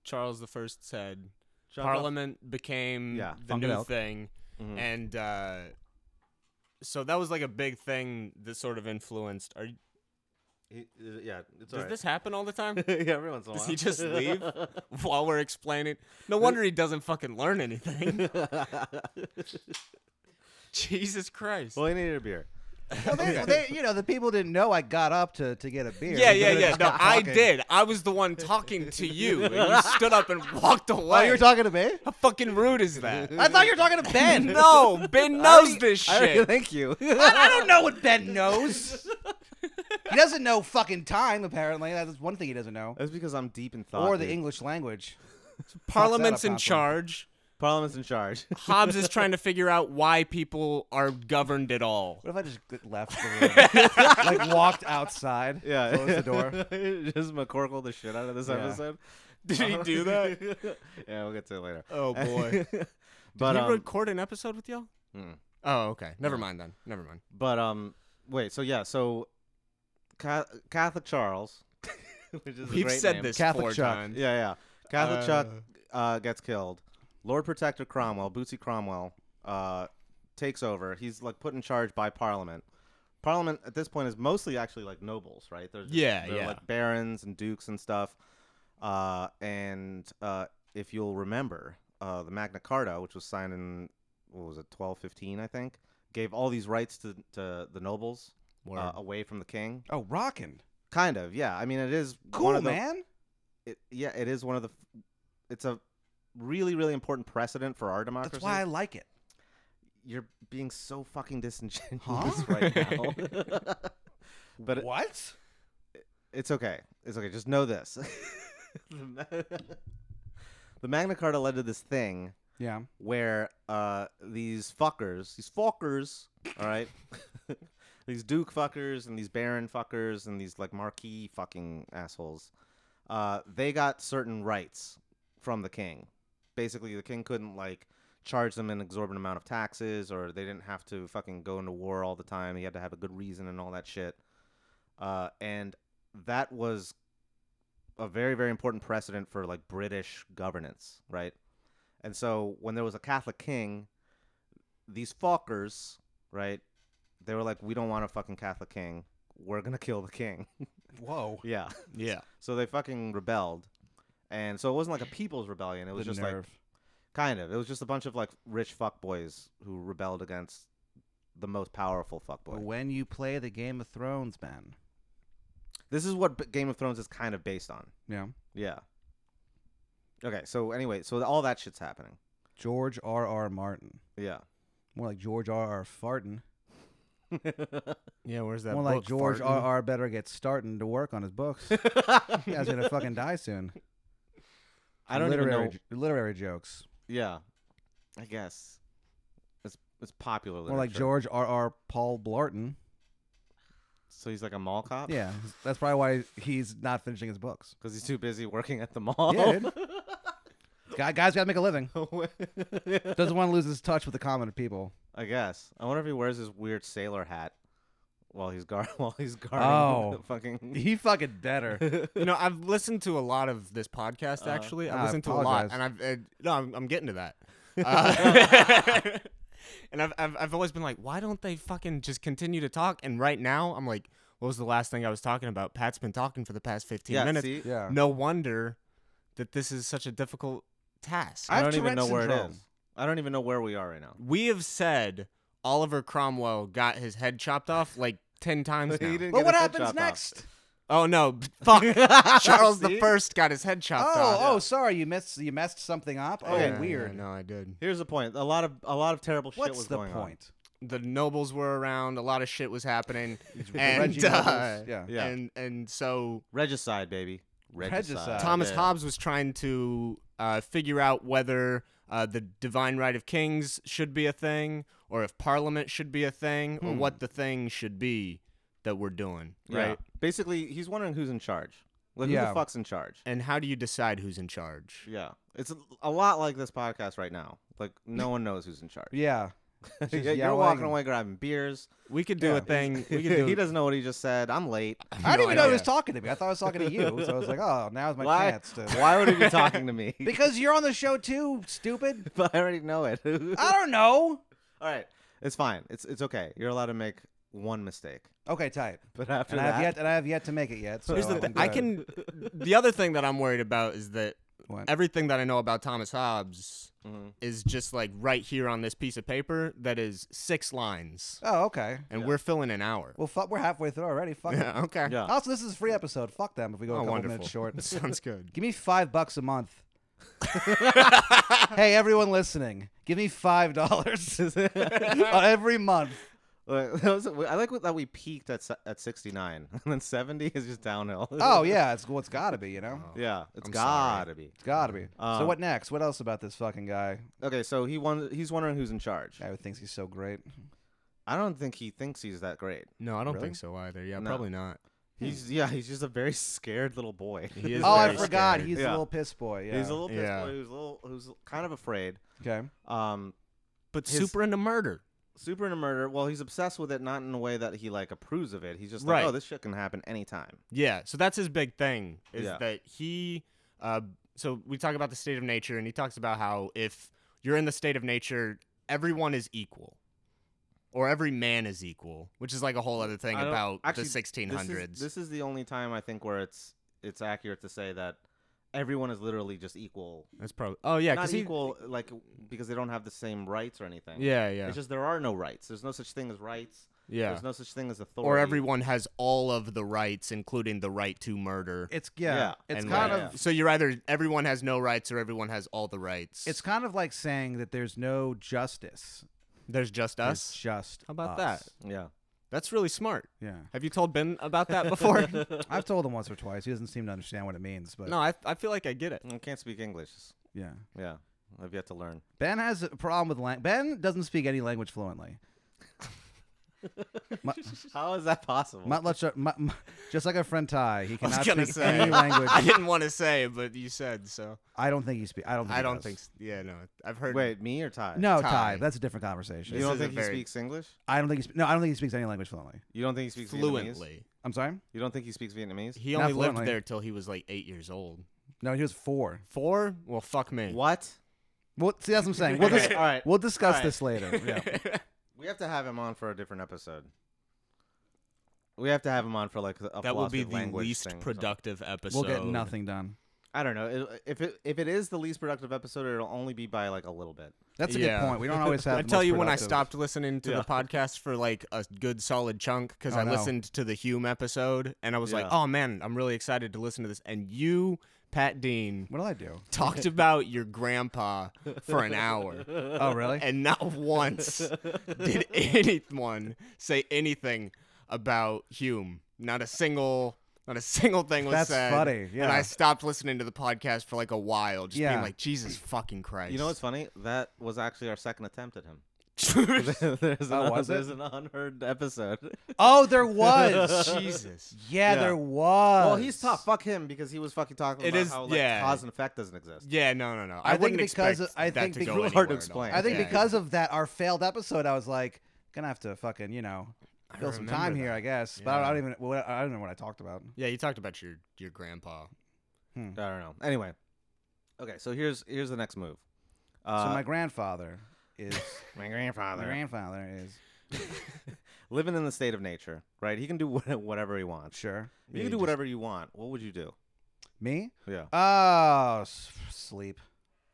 S4: Charles the First's head.
S2: Chop off-
S4: Parliament became
S2: Yeah,
S4: the
S3: Funkin'
S4: new
S3: Elk.
S4: thing,
S2: Mhm.
S4: and uh, so that was like a big thing that sort of influenced. Are
S2: He- uh, yeah, it's
S4: does
S2: alright.
S4: this happen all the time?
S2: yeah, every once in a
S4: Does
S2: while.
S4: he just leave while we're explaining? No wonder he doesn't fucking learn anything. Jesus Christ.
S2: well, he needed a beer.
S3: Well, they, they, you know, the people didn't know I got up to, to get a beer.
S4: yeah,
S3: They
S4: yeah,
S3: could've
S4: yeah.
S3: just
S4: No,
S3: kept
S4: I
S3: talking.
S4: did. I was the one talking to you, and you stood up and walked
S3: Oh,
S4: away.
S3: you were talking to me?
S4: How fucking rude is that?
S3: I thought you were talking to Ben.
S4: no, Ben knows this
S2: I already-
S4: shit.
S2: thank you.
S3: I, I don't know what Ben knows. he doesn't know fucking time, apparently. That's one thing he doesn't know.
S2: That's because I'm deep in thought.
S3: Or the
S2: dude.
S3: English language.
S4: Parliament's in
S3: constantly.
S4: charge.
S2: Parliament's in charge.
S4: Hobbes is trying to figure out why people are governed at all.
S3: What if I just g- left the room? like walked outside,
S2: yeah,
S3: closed the door.
S2: just McCorkle the shit out of this
S3: Yeah.
S2: episode.
S4: Did he do
S2: that? yeah, we'll get to it later.
S4: Oh boy.
S2: But
S4: Did he
S2: um,
S4: record an episode with y'all?
S2: mm.
S4: Oh, okay. Never mind then. Never mind.
S2: But um, wait. So yeah, so Ca- Catholic Charles, which is a
S4: We've
S2: great
S4: said
S2: name.
S4: this
S3: Catholic
S4: four
S3: Chuck.
S4: times.
S2: Yeah, yeah. Catholic
S4: Uh,
S2: Chuck uh, gets killed. Lord Protector Cromwell, Bootsy Cromwell, uh, takes over. He's like put in charge by Parliament. Parliament at this point is mostly actually like nobles, right? They're just-
S4: Yeah,
S2: they're
S4: yeah.
S2: Like barons and dukes and stuff. Uh, and uh, if you'll remember, uh, the Magna Carta, which was signed in what was it, twelve fifteen, I think, gave all these rights to to the nobles uh, away from the king.
S3: Oh, rocking.
S2: Kind of, yeah. I mean, it is one
S3: Cool,
S2: of the,
S3: man.
S2: it, yeah, it is one of the. f- It's a really, really important precedent for our democracy.
S3: That's why I like it.
S2: You're being so fucking disingenuous
S3: Huh?
S2: right now. but it-
S3: what?
S2: it's okay. It's okay. Just know this. the, Ma- the Magna Carta led to this thing
S3: Yeah.
S2: where uh, these fuckers, these fuckers, all right, these Duke fuckers and these Baron fuckers and these like Marquis fucking assholes, uh, they got certain rights from the king. Basically, the king couldn't like charge them an exorbitant amount of taxes, or they didn't have to fucking go into war all the time. He had to have a good reason and all that shit. Uh, and that was a very, very important precedent for like British governance, right? And so when there was a Catholic king, these fuckers, right? They were like, we don't want a fucking Catholic king. We're gonna kill the king.
S3: Whoa.
S2: yeah.
S4: Yeah.
S2: So they fucking rebelled, and so it wasn't like a people's rebellion. It was
S3: the
S2: just like
S3: nerve.
S2: kind of. It was just a bunch of like rich fuck boys who rebelled against the most powerful fuck boy.
S3: when you play the Game of Thrones, man.
S2: This is what B- Game of Thrones is kind of based on.
S3: Yeah.
S2: Yeah. Okay. So anyway, so all that shit's happening.
S3: George R. R. Martin.
S2: Yeah.
S3: More like George R. R. Fartin.
S4: Yeah, where's that
S3: More
S4: book?
S3: like George
S4: farting?
S3: R. R. Better get starting to work on his books. That guy's gonna fucking die soon.
S2: I don't even
S3: literary,
S2: know.
S3: j- literary jokes.
S2: Yeah, I guess it's it's popular.
S3: More like
S2: literature.
S3: George R. R. Paul Blarton.
S2: So he's like a mall cop.
S3: Yeah, that's probably why he's not finishing his books.
S2: because he's too busy working at the mall.
S3: Yeah, Guy, guys got to make a living.
S2: dude.
S3: Doesn't want to lose his touch with the common people.
S2: I guess. I wonder if he wears his weird sailor hat while he's guard while he's guarding
S3: Oh.
S2: the fucking.
S3: He fucking better.
S4: You know, I've listened to a lot of this podcast. Actually,
S3: Uh-huh. I
S4: I've listened to a lot,
S3: apologize.
S4: and I've uh, no, I'm, I'm getting to that. Uh, and I've, I've I've always been like, why don't they fucking just continue to talk? And right now, I'm like, what was the last thing I was talking about? Pat's been talking for the past 15
S2: Yeah,
S4: minutes.
S2: see,
S3: Yeah. uh,
S4: No wonder that this is such a difficult task.
S3: I
S2: I
S3: have
S2: don't even
S3: Tourette
S2: know where it
S3: syndrome.
S2: is. I don't even know where we are right now.
S4: we have said Oliver Cromwell got his head chopped off like 10 times now.
S3: Well, what happens next?
S4: Oh no, fuck. Charles the First got his head chopped
S3: Oh,
S4: off.
S3: oh, sorry, you missed you messed something up. Oh,
S2: Okay.
S4: Yeah,
S3: weird.
S4: yeah, no, I did.
S2: Here's the point. A lot of a lot of terrible shit
S3: What's
S2: was
S3: the
S2: going on.
S3: point?
S4: The nobles were around. A lot of shit was happening,
S3: Reggie
S4: and uh,
S3: Nobles, yeah.
S2: Yeah.
S4: and and so
S2: Regicide, baby. Regicide.
S3: Regicide.
S4: Thomas
S2: Uh, Yeah.
S4: Hobbes was trying to uh, figure out whether uh, the divine right of kings should be a thing, or if Parliament should be a thing, or what the thing should be that we're doing,
S2: Hmm. Yeah.
S4: right?
S2: Basically, he's wondering who's in charge. Like, who
S3: Yeah.
S2: the fuck's in charge?
S4: And how do you decide who's in charge?
S2: Yeah. It's a, a lot like this podcast right now. Like, no one knows who's in charge.
S3: Yeah. It's just
S2: Yeah, You're
S3: yelling.
S2: walking away grabbing beers.
S4: We could do
S3: Yeah.
S4: a thing. We could do.
S2: he doesn't know what he just said. I'm late.
S3: I didn't
S4: No
S3: even know he
S4: idea.
S3: was talking to me. I thought I was talking to you. So I was like, oh, now's my
S2: Why?
S3: chance to.
S2: Why would he be talking to me?
S3: Because you're on the show too, stupid.
S2: but I already know it.
S3: I don't know.
S2: All right, it's fine. It's it's okay. You're allowed to make one mistake,
S3: Okay, tight.
S2: but after
S3: And I
S2: that,
S3: have yet and I have yet to make it yet. So
S4: Here's the
S3: I'm
S4: thing. I
S3: good.
S4: can. The other thing that I'm worried about is that
S3: What?
S4: everything that I know about Thomas Hobbes
S2: Mhm.
S4: is just like right here on this piece of paper that is six lines,
S3: Oh, okay.
S4: and we're filling an hour.
S3: Well, fuck, we're halfway through already. Fuck. it.
S4: yeah, okay.
S2: Yeah.
S3: Also, this is a free episode. Fuck them if we go a
S4: Oh,
S3: couple
S4: wonderful.
S3: minutes short.
S4: Sounds good.
S3: Give me five bucks a month. hey, everyone listening, give me five dollars every month.
S2: mm-hmm. Like, that was- I like what- that we peaked at se- at 69, and then 70 is just downhill.
S3: Oh yeah, it's well, it's gotta be, you know,
S2: yeah, it's
S4: I'm sorry.
S2: gotta be.
S3: it's gotta be. so
S4: Uh,
S2: Um,
S3: what next? What else about this fucking guy?
S2: Okay, so he won- He's wondering who's in charge.
S3: Guy who thinks he's so great.
S2: I don't think he thinks he's that great.
S4: No, I don't
S2: Really?
S4: think so either. Yeah,
S2: No.
S4: probably not.
S2: He's yeah, he's just a very scared little boy.
S4: He is
S3: Oh, I
S4: very
S3: forgot.
S4: scared.
S3: He's a
S2: Yeah.
S3: little piss boy. Yeah.
S2: He's a little pissed
S4: Yeah.
S2: boy who's a little who's kind of afraid.
S3: okay.
S2: Um,
S4: But
S2: His-
S4: super into murder.
S2: super into murder. Well, he's obsessed with it, not in a way that he like approves of it. He's just like,
S4: Right.
S2: oh, this shit can happen anytime.
S4: Yeah, so that's his big thing is
S2: Yeah.
S4: that he. Uh, so we talk about the state of nature, and he talks about how if you're in the state of nature, everyone is equal, or every man is equal, which is like a whole other thing
S2: I don't-
S4: about
S2: actually,
S4: the
S2: this is-
S4: 1600s.
S2: This is, this is the only time I think where it's it's accurate to say that everyone is literally just equal.
S4: that's probably. Oh yeah,
S2: Not
S4: because he.
S2: equal, like because they don't have the same rights or anything.
S4: Yeah, yeah,
S2: It's just there are no rights. There's no such thing as rights.
S4: yeah.
S2: There's no such thing as authority.
S4: Or everyone has all of the rights, including the right to murder.
S3: It's yeah.
S2: Yeah,
S3: It's
S4: and,
S3: kind
S4: like,
S3: of
S2: yeah.
S4: so you're either everyone has no rights or everyone has all the rights.
S3: it's kind of like saying that there's no justice.
S4: there's just
S3: There's
S4: us.
S3: just
S4: How about
S3: us.
S2: Yeah.
S4: That's really smart.
S3: Yeah.
S4: Have you told Ben about that before?
S3: I've told him once or twice. He doesn't seem to understand what it means, but
S4: no, I, I feel like I get it.
S2: I can't speak English.
S3: yeah.
S2: Yeah. I've yet to learn.
S3: Ben has a problem with language. Ben doesn't speak any language fluently. Mu-
S2: How is that possible?
S3: mu- much- mu- mu- just like a friend Ty, he
S4: I was
S3: cannot
S4: gonna
S3: speak
S4: say
S3: any language.
S4: I didn't want to say, but you said so.
S3: I don't think he speaks. I don't. Think
S4: I
S3: he
S4: don't
S3: does.
S4: think. s- Yeah, no. I've heard.
S2: Wait, me or Ty?
S3: No, Ty.
S4: Ty.
S3: That's a different conversation.
S2: You
S4: This
S2: don't
S4: is a
S2: think he
S4: very-
S2: speaks English?
S3: I don't think. He spe- no, I don't think he speaks any language fluently.
S2: You don't think he speaks Vietnamese?
S4: fluently.
S3: I'm sorry.
S2: You don't think he speaks Vietnamese?
S4: He
S3: Not
S4: only lived
S3: fluently.
S4: there till he was like eight years old.
S3: No, he was four.
S4: Four? Well, fuck me.
S2: What?
S3: Well, see, that's what I'm saying. We'll,
S2: Okay,
S3: dis-
S2: all right.
S3: we'll discuss
S2: All right.
S3: this later. Yeah.
S2: We have to have him on for a different episode. We have to have him on for like a
S4: that will
S2: philosophy
S4: be
S2: of
S4: the
S2: language
S4: least
S2: thing or something.
S4: productive episode.
S3: We'll get nothing done.
S2: I don't know It- if it if it is the least productive episode, it'll only be by like a little bit.
S3: That's a
S4: Yeah.
S3: good point. We don't always have.
S4: I
S3: the
S4: tell
S3: most
S4: you when I
S3: productive-
S4: stopped listening to
S2: Yeah.
S4: the podcast for like a good solid chunk because
S3: Oh,
S4: I
S3: no.
S4: listened to the Hume episode and I was like,
S2: Yeah.
S4: oh man, I'm really excited to listen to this. And you Pat Dean
S3: What'll I do?
S4: talked about your grandpa for an hour.
S3: Oh, really?
S4: and not once did anyone say anything about Hume. Not a single, not a single thing was
S3: That's
S4: said.
S3: funny,
S4: And
S3: yeah.
S4: I stopped listening to the podcast for like a while, just
S3: Yeah.
S4: being like, Jesus fucking Christ.
S2: You know what's funny? That was actually our second attempt at him.
S4: what's
S2: there's,
S4: Oh,
S2: an,
S3: was it?
S2: there's an unheard episode.
S3: Oh, there was.
S4: Jesus?
S3: yeah,
S4: Yeah.
S3: there was.
S2: Well, he's tough. Fuck him because he was fucking talking
S4: It
S2: about
S4: is-
S2: how like,
S4: yeah.
S2: cause and effect doesn't exist.
S4: Yeah, no, no, no.
S3: I
S4: I,
S3: think
S4: wouldn't
S3: because-
S4: expect
S3: I
S4: that
S3: think
S4: to
S3: be-
S4: go
S2: Hard to
S4: anywhere at all.
S2: explain.
S3: I think
S4: Yeah.
S3: because of that, our failed episode, I was like, gonna have to fucking, you know,
S4: I
S3: fill some
S4: remember
S3: time here,
S4: that.
S3: I guess. But I don't, I
S4: Yeah.
S3: don't even, what- I don't know what I talked about.
S4: Yeah, you talked about your your grandpa.
S2: I don't know. Anyway, okay. So here's here's the next move. Uh,
S3: so my grandfather is
S2: my
S3: my
S2: grandfather
S3: grandfather is
S2: living in the state of nature, right? He can do what- whatever he wants.
S3: sure
S2: You
S4: Yeah,
S2: can
S4: he
S2: do
S4: just-
S2: whatever you want. What would you do?
S3: me.
S2: Yeah,
S3: Oh, s- sleep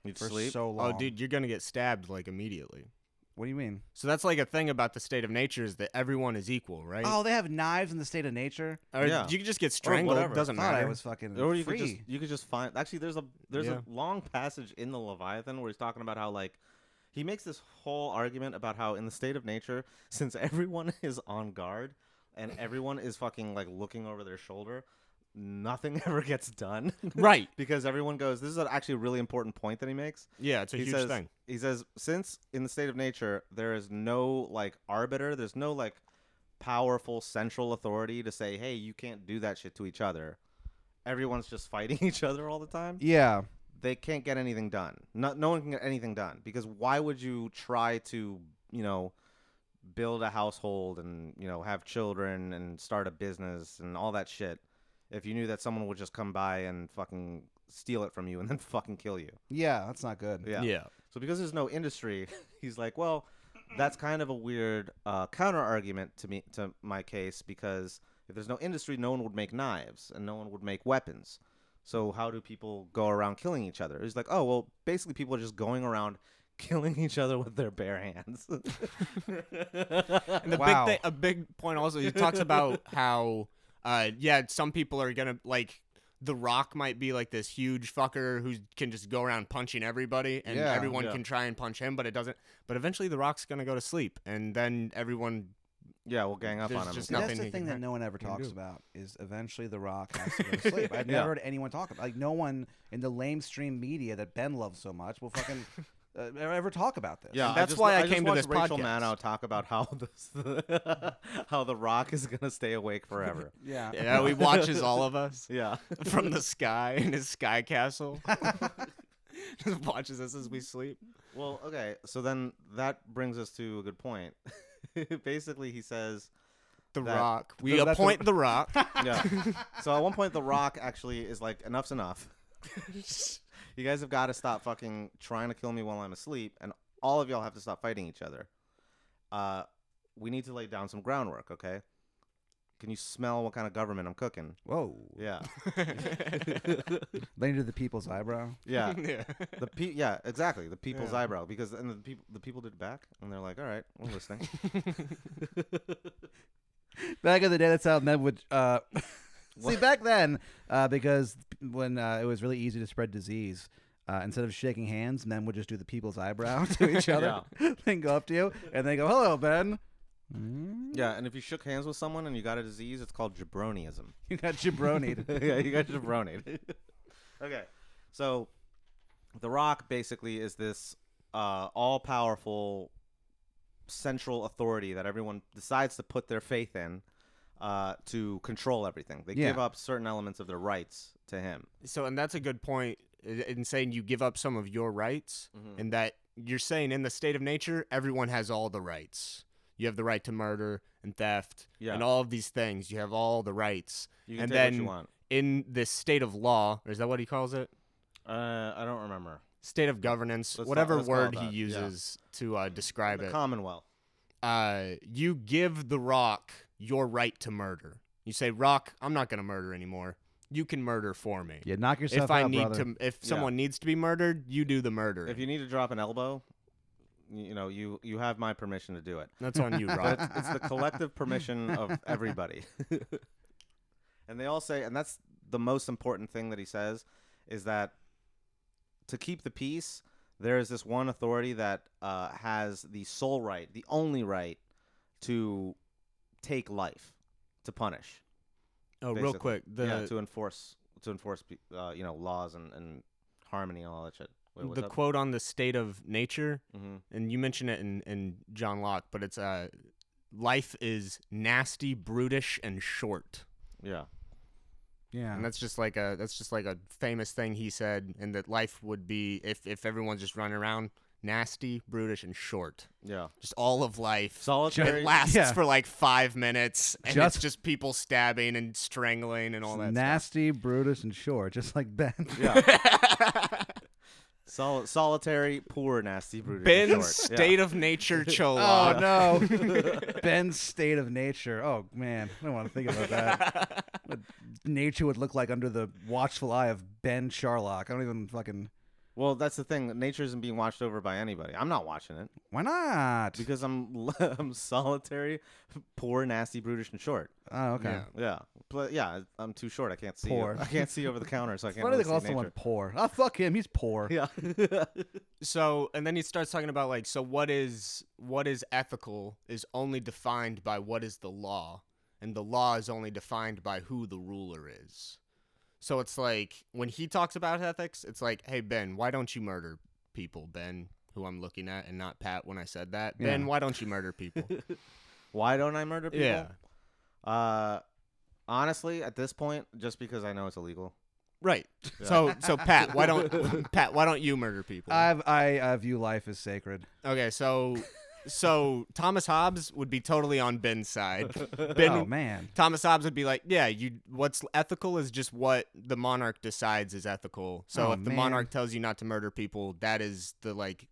S2: you'd
S3: for
S2: sleep.
S3: so long.
S4: Oh, dude, you're gonna get stabbed like immediately.
S3: what do you mean?
S4: So that's like a thing about the state of nature is that everyone is equal, right?
S3: Oh, they have knives in the state of nature.
S4: Or
S2: Yeah.
S4: you could just get strangled.
S2: whatever.
S4: doesn't
S3: I thought
S4: matter.
S3: I was fucking
S2: or you
S3: free.
S2: could just you could just find. Actually, there's a there's
S4: Yeah.
S2: a long passage in the Leviathan where he's talking about how like he makes this whole argument about how in the state of nature, since everyone is on guard and everyone is fucking like looking over their shoulder, nothing ever gets done.
S4: right.
S2: because everyone goes. This is a- actually a really important point that he makes.
S4: Yeah, it's a
S2: he
S4: huge
S2: says,
S4: thing.
S2: He says, since in the state of nature there is no like arbiter, there's no like powerful central authority to say, hey, you can't do that shit to each other. Everyone's just fighting each other all the time.
S3: yeah,
S2: They can't get anything done. No, no one can get anything done because why would you try to, you know, build a household and you know have children and start a business and all that shit if you knew that someone would just come by and fucking steal it from you and then fucking kill you?
S3: yeah, that's not good.
S2: Yeah. So because there's no industry, he's like, well, that's kind of a weird uh, counter argument to me to my case because if there's no industry, no one would make knives and no one would make weapons. So how do people go around killing each other? He's like, oh well, basically people are just going around killing each other with their bare hands.
S4: And the
S3: Wow.
S4: big thing, a big point also, he talks about how, uh, yeah, some people are gonna like. The Rock might be like this huge fucker who can just go around punching everybody, and
S3: Yeah.
S4: everyone
S2: Yeah.
S4: can try and punch him, but it doesn't. But eventually, The Rock's gonna go to sleep, and then everyone.
S2: yeah, we'll gang up
S4: There's
S2: on him.
S4: just
S3: See, that's
S4: nothing
S3: the
S4: he
S3: thing
S4: can
S3: that
S4: hack-
S3: no one ever
S4: can
S3: talks
S4: do.
S3: about is eventually the rock has to go to sleep. I've never
S2: Yeah.
S3: heard anyone talk about like no one in the lamestream media that Ben loves so much will fucking uh, ever talk about this.
S2: Yeah,
S4: And that's
S2: just-
S4: why I
S2: just
S4: came to
S2: watched
S4: this
S2: Rachel
S4: podcast.
S2: Maddow talk about how this, how the Rock is gonna stay awake forever.
S3: yeah.
S4: Yeah, he watches all of us
S2: yeah.
S4: from the sky in his sky castle. just watches us as we sleep.
S2: Well, okay, so then that brings us to a good point. Basically, he says,
S4: The
S2: That-
S4: Rock. We
S3: Does that-
S4: appoint The Rock.
S2: yeah. so at one point, The Rock actually is like, enough's enough. you guys have got to stop fucking trying to kill me while I'm asleep, and all of y'all have to stop fighting each other. Uh, we need to lay down some groundwork, okay? Can you smell what kind of government I'm cooking?
S3: Whoa.
S2: Yeah,
S3: They did the people's eyebrow.
S2: yeah.
S4: yeah.
S2: The pe- yeah, exactly. The people's
S4: Yeah.
S2: eyebrow because and the people the people did it back and they're like, all right, we're listening.
S3: Back in the day, that's how men would. Uh, see, back then, uh, because when uh, it was really easy to spread disease, uh, instead of shaking hands, men would just do the people's eyebrow to each other. then go up to you and they go, "Hello, Ben.
S2: yeah, and if you shook hands with someone and you got a disease, it's called jabroniism.
S3: You got jabronied."
S2: yeah, you got jabronied. okay, so The Rock basically is this uh, all-powerful central authority that everyone decides to put their faith in uh, to control everything. They give
S3: Yeah.
S2: up certain elements of their rights to him.
S4: So, and that's a good point i- in saying you give up some of your rights,
S2: Mm-hmm.
S4: and that you're saying in the state of nature, everyone has all the rights. You have the right to murder and theft
S2: Yeah.
S4: and all of these things. You have all the rights.
S2: You can
S4: and
S2: take
S4: then
S2: what you want.
S4: in this state of law, or is that what he calls it?
S2: Uh, I don't remember
S4: State of governance,
S2: Let's not-
S4: whatever
S2: let's call it
S4: word he
S2: that, yeah.
S4: uses to uh, describe
S2: the
S4: it.
S2: Commonwealth.
S4: uh, you give The Rock your right to murder. You say, Rock, I'm not going to murder anymore. You can murder for me.
S3: Yeah, knock yourself
S4: if I
S3: out,
S4: need
S3: brother.
S4: to, if
S2: Yeah.
S4: someone needs to be murdered, you do the murder.
S2: If you need to drop an elbow, y- you know you you have my permission to do it.
S4: That's on you,
S2: but
S4: Rock.
S2: it's, it's the collective permission of everybody. and they all say, and that's the most important thing that he says, is that to keep the peace, there is this one authority that uh, has the sole right, the only right, to take life, to punish.
S4: Oh, real
S2: basically.
S4: quick, the
S2: yeah, to enforce to enforce pe- uh, you know laws and, and harmony and all that shit. Wait, what's
S4: the quote on the state of nature,
S2: hmm
S4: and you mentioned it in, in John Locke, but it's uh, life is nasty, brutish, and short.
S2: Yeah,
S3: Yeah.
S4: And that's just like a that's just like a famous thing he said, and that life would be if if everyone's just running around nasty, brutish, and short.
S2: yeah.
S4: Just all of life.
S2: Solitary.
S4: it lasts
S3: yeah.
S4: for like five minutes, and
S3: Just-
S4: it's just people stabbing and strangling and all that. stuff.
S3: Nasty, Brutus, and Shore, just like Ben.
S2: yeah. Sol- solitary, poor, nasty, brutish. and
S4: Ben's
S2: short. Yeah.
S4: state of nature, Chola.
S3: Oh no, Ben's state of nature. Oh man, I don't want to think about that. What nature would look like under the watchful eye of Ben Sherlock. I don't even fucking.
S2: Well, that's the thing. that Nature isn't being watched over by anybody. I'm not watching it
S3: Why not?
S2: because I'm I'm solitary, poor, nasty, brutish, and short.
S3: Oh, okay.
S4: Yeah.
S2: Yeah, but yeah, I'm too short. I can't see.
S3: Poor.
S2: I can't see over the counter, so I can't.
S3: Funny they
S2: really
S3: call
S2: see
S3: someone poor. Ah, fuck him. He's poor.
S2: nature. Yeah.
S4: so and then he starts talking about like so what is what is ethical is only defined by what is the law and the law is only defined by who the ruler is so it's like when he talks about ethics it's like hey ben why don't you murder people ben who i'm looking at and not pat when i said that ben
S3: Yeah.
S4: why don't you murder people
S2: Why don't I murder people?
S4: yeah
S2: Uh, honestly, at this point, just because I know it's illegal.
S4: right so so pat why don't pat why don't you murder people
S3: I've, I I view life as sacred.
S4: okay so so thomas hobbes would be totally on ben's side ben
S3: oh man.
S4: Thomas Hobbes would be like, yeah, you what's ethical is just what the monarch decides is ethical. So
S3: Oh,
S4: if the
S3: man.
S4: monarch tells you not to murder people, that is the like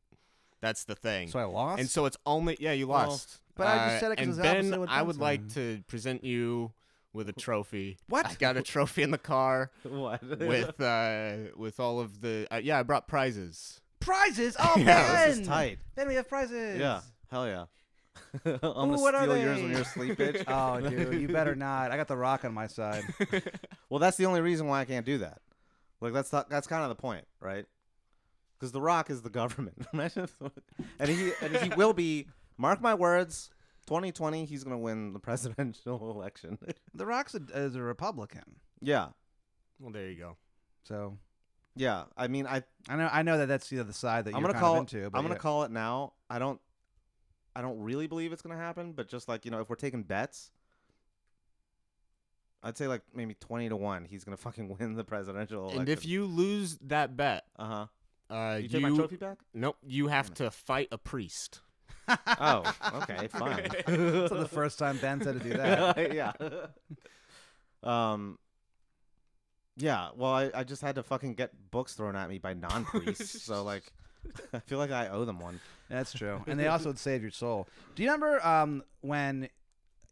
S4: that's the thing.
S3: So I lost. Oh.
S4: and so it's only yeah, you
S2: Well,
S4: lost. Uh,
S3: but I just said it 'cause
S4: and
S3: it's the
S4: Ben,
S3: opposite of what
S4: I
S3: Ben
S4: would
S3: said.
S4: like to present you with a trophy.
S3: What?
S4: I got a trophy in the car
S2: What?
S4: with uh with all of the uh, yeah, I brought prizes.
S3: prizes. Oh
S4: Yeah,
S3: man.
S2: this is tight.
S3: Then we have prizes.
S2: Yeah. Hell yeah. I'm gonna
S3: Ooh, what are
S2: steal yours when
S3: they?
S2: you're asleep, bitch.
S3: Oh, dude, you better not. I got the rock on my side.
S2: Well, that's the only reason why I can't do that. Like that's the, that's kind of the point, right? Because the Rock is the government. Imagine if- and he and he will be. Mark my words. 2020, he's gonna win the presidential election.
S3: The Rock's a, is a Republican,
S2: yeah,
S4: Well, there you go.
S3: so
S2: yeah. I mean, I
S3: I know I know that that's the other side that
S2: I'm
S3: you're
S2: gonna
S3: kind
S2: call
S3: of
S2: it.
S3: into. But
S2: I'm gonna
S3: yeah.
S2: call it now. I don't. I don't really believe it's gonna happen, but just like you know, if we're taking bets, I'd say like maybe 20 to one, he's gonna fucking win the presidential election.
S4: And if you lose that bet,
S2: uh huh,
S4: uh
S2: you,
S4: you,
S2: take my trophy back.
S4: nope, you have to fight a priest.
S2: oh, okay, fine.
S3: That's not the first time Ben said to do that.
S2: yeah. um. Yeah. Well, I, I just had to fucking get books thrown at me by non priests, so like, I feel like I owe them one.
S3: That's true. And they also would save your soul. Do you remember um, when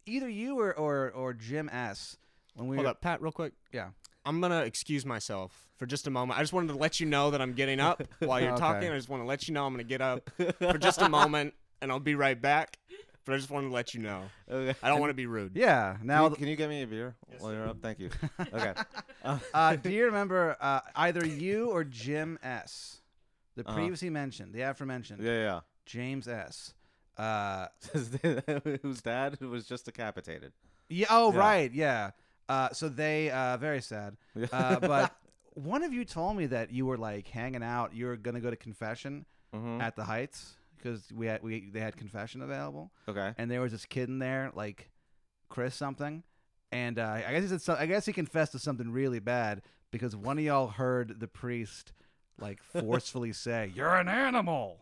S3: either you or, or or Jim S. when we
S4: Hold
S3: were,
S4: up, Pat, real quick.
S3: Yeah.
S4: I'm gonna excuse myself for just a moment. I just wanted to let you know that I'm getting up while you're
S3: Okay.
S4: talking. I just want to let you know I'm gonna get up for just a moment, and I'll be right back. But I just wanted to let you know.
S2: Okay.
S4: I don't want to be rude.
S3: Yeah.
S2: Now,
S3: Now,
S2: can, you get me a beer while you're up? Thank you. Okay. Uh,
S3: uh, do you remember uh, either you or Jim S. the
S2: Uh-huh.
S3: previously mentioned, the aforementioned
S2: yeah,
S3: James S. Uh,
S2: yeah. Whose dad was just decapitated.
S3: yeah. Oh,
S2: Yeah.
S3: right. Yeah. Uh, so they uh, very sad.
S2: Yeah.
S3: Uh, but one of you told me that you were like hanging out. You were gonna go to confession
S2: Mhm.
S3: at the Heights because we had we they had confession available,
S2: Okay.
S3: and there was this kid in there like Chris something, and uh, I guess he said so, I guess he confessed to something really bad because one of y'all heard the priest like forcefully say you're an animal.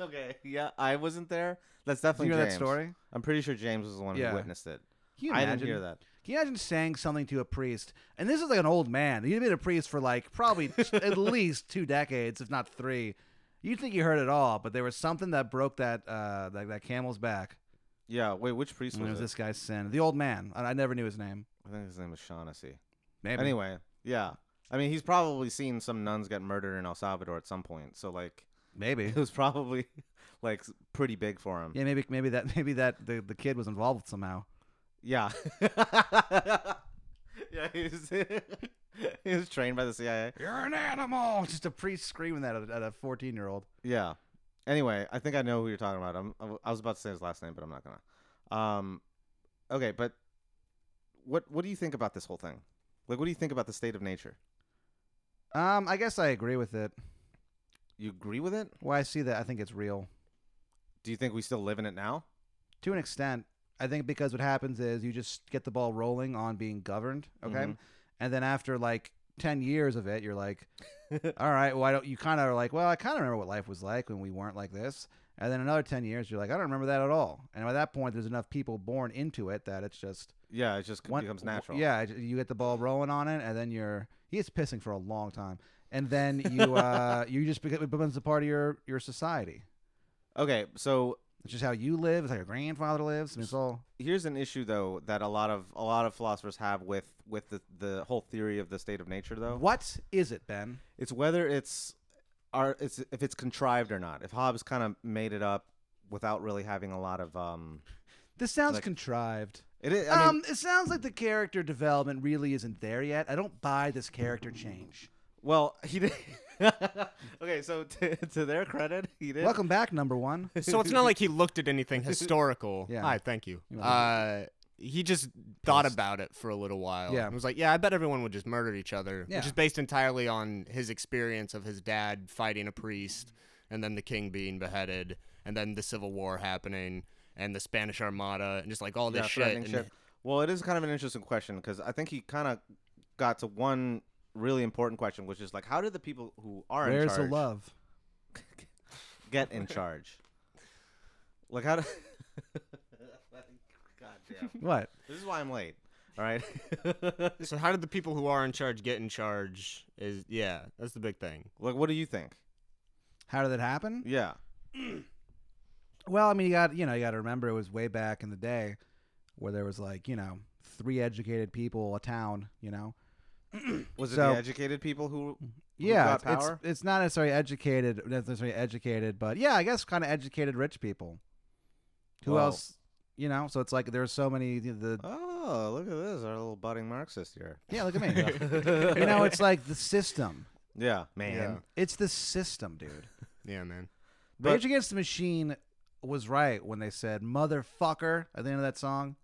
S2: okay. Yeah, I wasn't there. That's
S3: Do
S2: definitely
S3: you know that
S2: James.
S3: story?
S2: I'm pretty sure James was the one
S3: Yeah.
S2: who witnessed it.
S3: Can you
S2: I
S3: imagine?
S2: didn't hear that.
S3: Can you imagine saying something to a priest? And this is like an old man. He'd been a priest for like probably t- at least two decades, if not three. You'd think you heard it all, but there was something that broke that uh, that, that camel's back.
S2: Yeah. Wait, which priest
S3: And it
S2: was it?
S3: was this guy's sin. The old man. I, I never knew his name.
S2: I think his name was Shaughnessy.
S3: Maybe.
S2: Anyway, yeah. I mean, he's probably seen some nuns get murdered in El Salvador at some point. So like,
S3: Maybe.
S2: it was probably like s- pretty big for him.
S3: Yeah, maybe maybe that maybe that the, the kid was involved somehow.
S2: Yeah. Yeah. he's- he was trained by the CIA.
S3: You're an animal. Just a priest screaming that at a 14 year old.
S2: Yeah. Anyway, I think I know who you're talking about. I'm, I was about to say his last name, but I'm not gonna. Um, okay, but what what do you think about this whole thing? Like, what do you think about the state of nature?
S3: Um, I guess I agree with it.
S2: You agree with it?
S3: Why I see that, I think it's real
S2: Do you think we still live in it now?
S3: to an extent. I think because what happens is you just get the ball rolling on being governed, okay,
S2: Mhm.
S3: and then after like ten years of it, you're like, all right, well, I don't. You kind of are like, well, I kind of remember what life was like when we weren't like this. And then another ten years, you're like, I don't remember that at all. And by that point, there's enough people born into it that it's just
S2: Yeah, it just
S3: one-
S2: becomes natural.
S3: Yeah, j- you get the ball rolling on it, and then you're he is pissing for a long time, and then you uh you just beca- it becomes a part of your your society.
S2: Okay, so
S3: It's just how you live. It's how your grandfather lives. I mean, it's all
S2: here's an issue though that a lot of a lot of philosophers have with with the the whole theory of the state of nature though.
S3: what is it, Ben?
S2: It's whether it's are it's if it's contrived or not. If Hobbes kind of made it up without really having a lot of um
S3: This sounds
S2: Like-
S3: contrived.
S2: it is I mean,
S3: um, it sounds like the character development really isn't there yet. I don't buy this character change.
S2: well he did Okay, so to, to their credit, he did
S3: Welcome back, number one.
S4: so it's not like he looked at anything historical.
S3: Yeah.
S4: Hi, thank you.
S3: You're
S4: Uh, he just thought
S3: Pissed.
S4: about it for a little while.
S3: Yeah.
S4: And was like, yeah, I bet everyone would just murder each other,
S3: Yeah.
S4: which is based entirely on his experience of his dad fighting a priest and then the king being beheaded and then the Civil War happening and the Spanish Armada and just like all this
S2: yeah,
S4: shit.
S2: threatening
S4: and-
S2: shit. Well, it is kind of an interesting question because I think he kind of got to one really important question, which is like, how did the people who are in
S3: Where's the
S2: charge
S3: love?
S2: get in charge? Like how? Do... God damn!
S3: What?
S2: This is why I'm late. All right.
S4: So how did the people who are in charge get in charge? Is yeah, that's the big thing.
S2: like, what do you think?
S3: How did that happen?
S2: Yeah.
S3: Well, I mean, you got you know, you got to remember it was way back in the day where there was like you know three educated people a town. You know,
S2: Was it
S3: So-
S2: the educated people who?
S3: yeah,
S2: got
S3: it's, it's
S2: power?
S3: it's not necessarily educated, not necessarily educated, but yeah, I guess kind of educated rich people. Who
S2: Whoa.
S3: else? You know, so it's like there are so many the, the
S2: Oh, look at this! Our little budding Marxist here.
S3: yeah, look at me. you know, it's like the system.
S2: Yeah, man.
S4: Yeah.
S3: It's the system, dude.
S4: Yeah, man.
S2: But-
S3: Rage Against the Machine was right when they said "motherfucker" at the end of that song.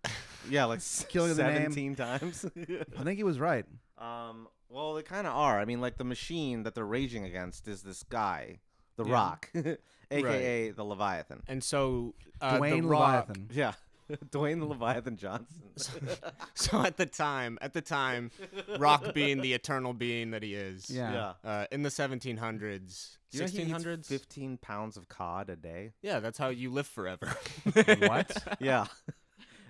S2: Yeah, like
S3: Killing the name.
S2: seventeen times.
S3: I think he was right.
S2: Um, well, they kind of are. I mean, like the machine that they're raging against is this guy, the
S4: Yeah.
S2: Rock, aka the Leviathan.
S4: And so uh,
S3: Dwayne
S4: the Rock,
S3: Leviathan.
S2: Yeah, Dwayne the Leviathan Johnson.
S4: So at the time, at the time, Rock being the eternal being that he is.
S3: Yeah.
S2: yeah.
S4: Uh, in the 1700s,
S2: You know he eats
S4: 1600s.
S2: Fifteen pounds of cod a day.
S4: yeah, that's how you live forever.
S3: What?
S2: Yeah.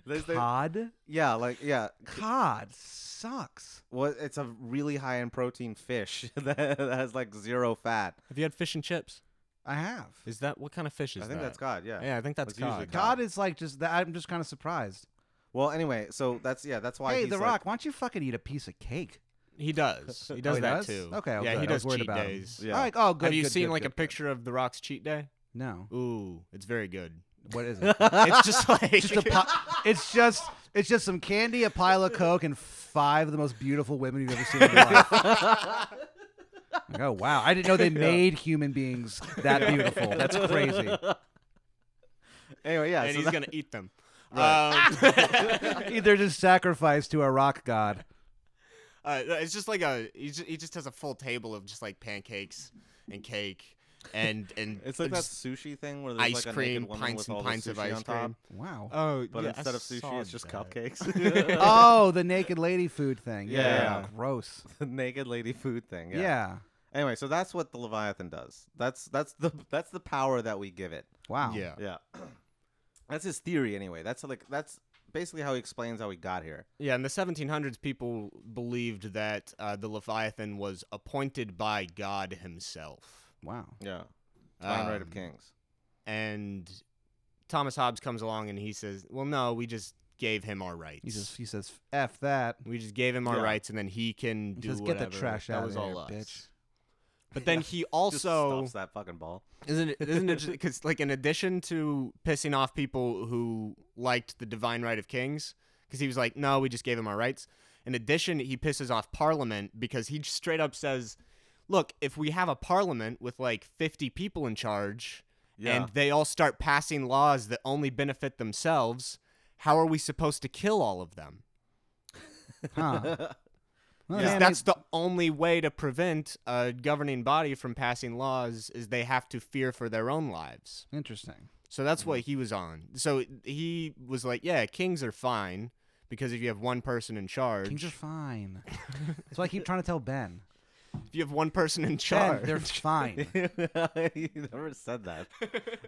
S2: There's the-
S3: Cod.
S2: yeah, like yeah.
S3: Cod sucks.
S2: Well, it's a really high in protein fish that, that has like zero fat.
S4: Have you had fish and chips?
S3: I have.
S4: Is that what kind of fish is
S2: I think
S4: that?
S2: that's cod. Yeah.
S4: Yeah, I think that's
S2: It's usually
S4: cod.
S2: cod.
S3: God is like just that. I'm just kind of surprised.
S2: Well, anyway, so that's yeah, that's why.
S3: hey,
S2: he's
S3: The
S2: like-
S3: Rock, why don't you fucking eat a piece of cake?
S4: He does. He does
S3: he
S4: that
S3: does?
S4: too.
S3: Okay, oh,
S4: yeah,
S3: good. I
S4: he
S3: was
S4: does
S3: worried
S4: cheat
S3: about him.
S4: days.
S2: Yeah.
S3: All right, oh, good.
S4: Have you
S3: good,
S4: seen
S3: good,
S4: like
S3: good,
S4: a picture of the Rock's cheat day?
S3: good. No.
S4: Ooh, it's very good.
S3: What is it?
S4: It's just like
S3: just a pi- it's just it's just some candy, a pile of coke, and five of the most beautiful women you've ever seen in your life. Like, oh wow! I didn't know they made human beings that beautiful. That's crazy.
S2: Anyway, yeah.
S4: and
S2: so
S4: he's
S2: that-
S4: gonna eat them. Um,
S3: They're just sacrificed to a rock god.
S4: Uh, it's just like a he just, he just has a full table of just like pancakes and cake and and
S2: It's like that
S4: just
S2: sushi thing where there's
S4: ice
S2: like a
S4: cream,
S2: naked woman
S4: pints
S2: with
S4: and
S2: all
S4: pints
S2: the
S4: of
S2: sushi
S4: ice
S2: on top,
S4: cream.
S3: Wow.
S4: Oh,
S2: but instead of sushi, it's just cupcakes.
S3: oh, the naked lady food thing. Yeah,
S2: Yeah,
S4: yeah.
S3: gross.
S2: the naked lady food thing.
S3: Yeah.
S2: Yeah. Anyway, so that's what the Leviathan does. That's that's the that's the power that we give it.
S3: Wow.
S4: Yeah.
S2: Yeah. that's his theory anyway. That's like that's basically how he explains how we got here.
S4: Yeah, in the 1700s, people believed that uh, the Leviathan was appointed by God himself.
S3: Wow.
S2: Yeah. Divine right of
S4: Um,
S2: kings.
S4: And Thomas Hobbes comes along and he says, "Well, no, we just gave him our rights.
S3: He just he says f that.
S4: we just gave him our
S2: Yeah.
S4: rights, and then he can
S3: He
S4: do
S3: says, "Get the
S4: whatever.
S3: trash
S4: that
S3: out of
S4: was all
S3: here,
S4: us.
S3: bitch.
S4: But then he
S2: Just
S4: also
S2: stops that fucking ball.
S4: Isn't it? Isn't it? Because like in addition to pissing off people who liked the divine right of kings, because he was like, no, we just gave him our rights. In addition, he pisses off Parliament because he straight up says, "Look, if we have a Parliament with like 50 people in charge,
S2: Yeah.
S4: and they all start passing laws that only benefit themselves, how are we supposed to kill all of them?
S3: Huh. Well,
S4: 'Cause
S3: yeah,
S4: that's the only way to prevent a governing body from passing laws is they have to fear for their own lives.
S3: interesting.
S4: So that's what
S2: Mm-hmm.
S4: he was on. So he was like, "Yeah, kings are fine because if you have one person in charge,
S3: Kings are fine. that's why I keep trying to tell Ben.
S4: if you have one person in
S3: Ben,
S4: charge,
S3: they're fine.
S2: you never said that.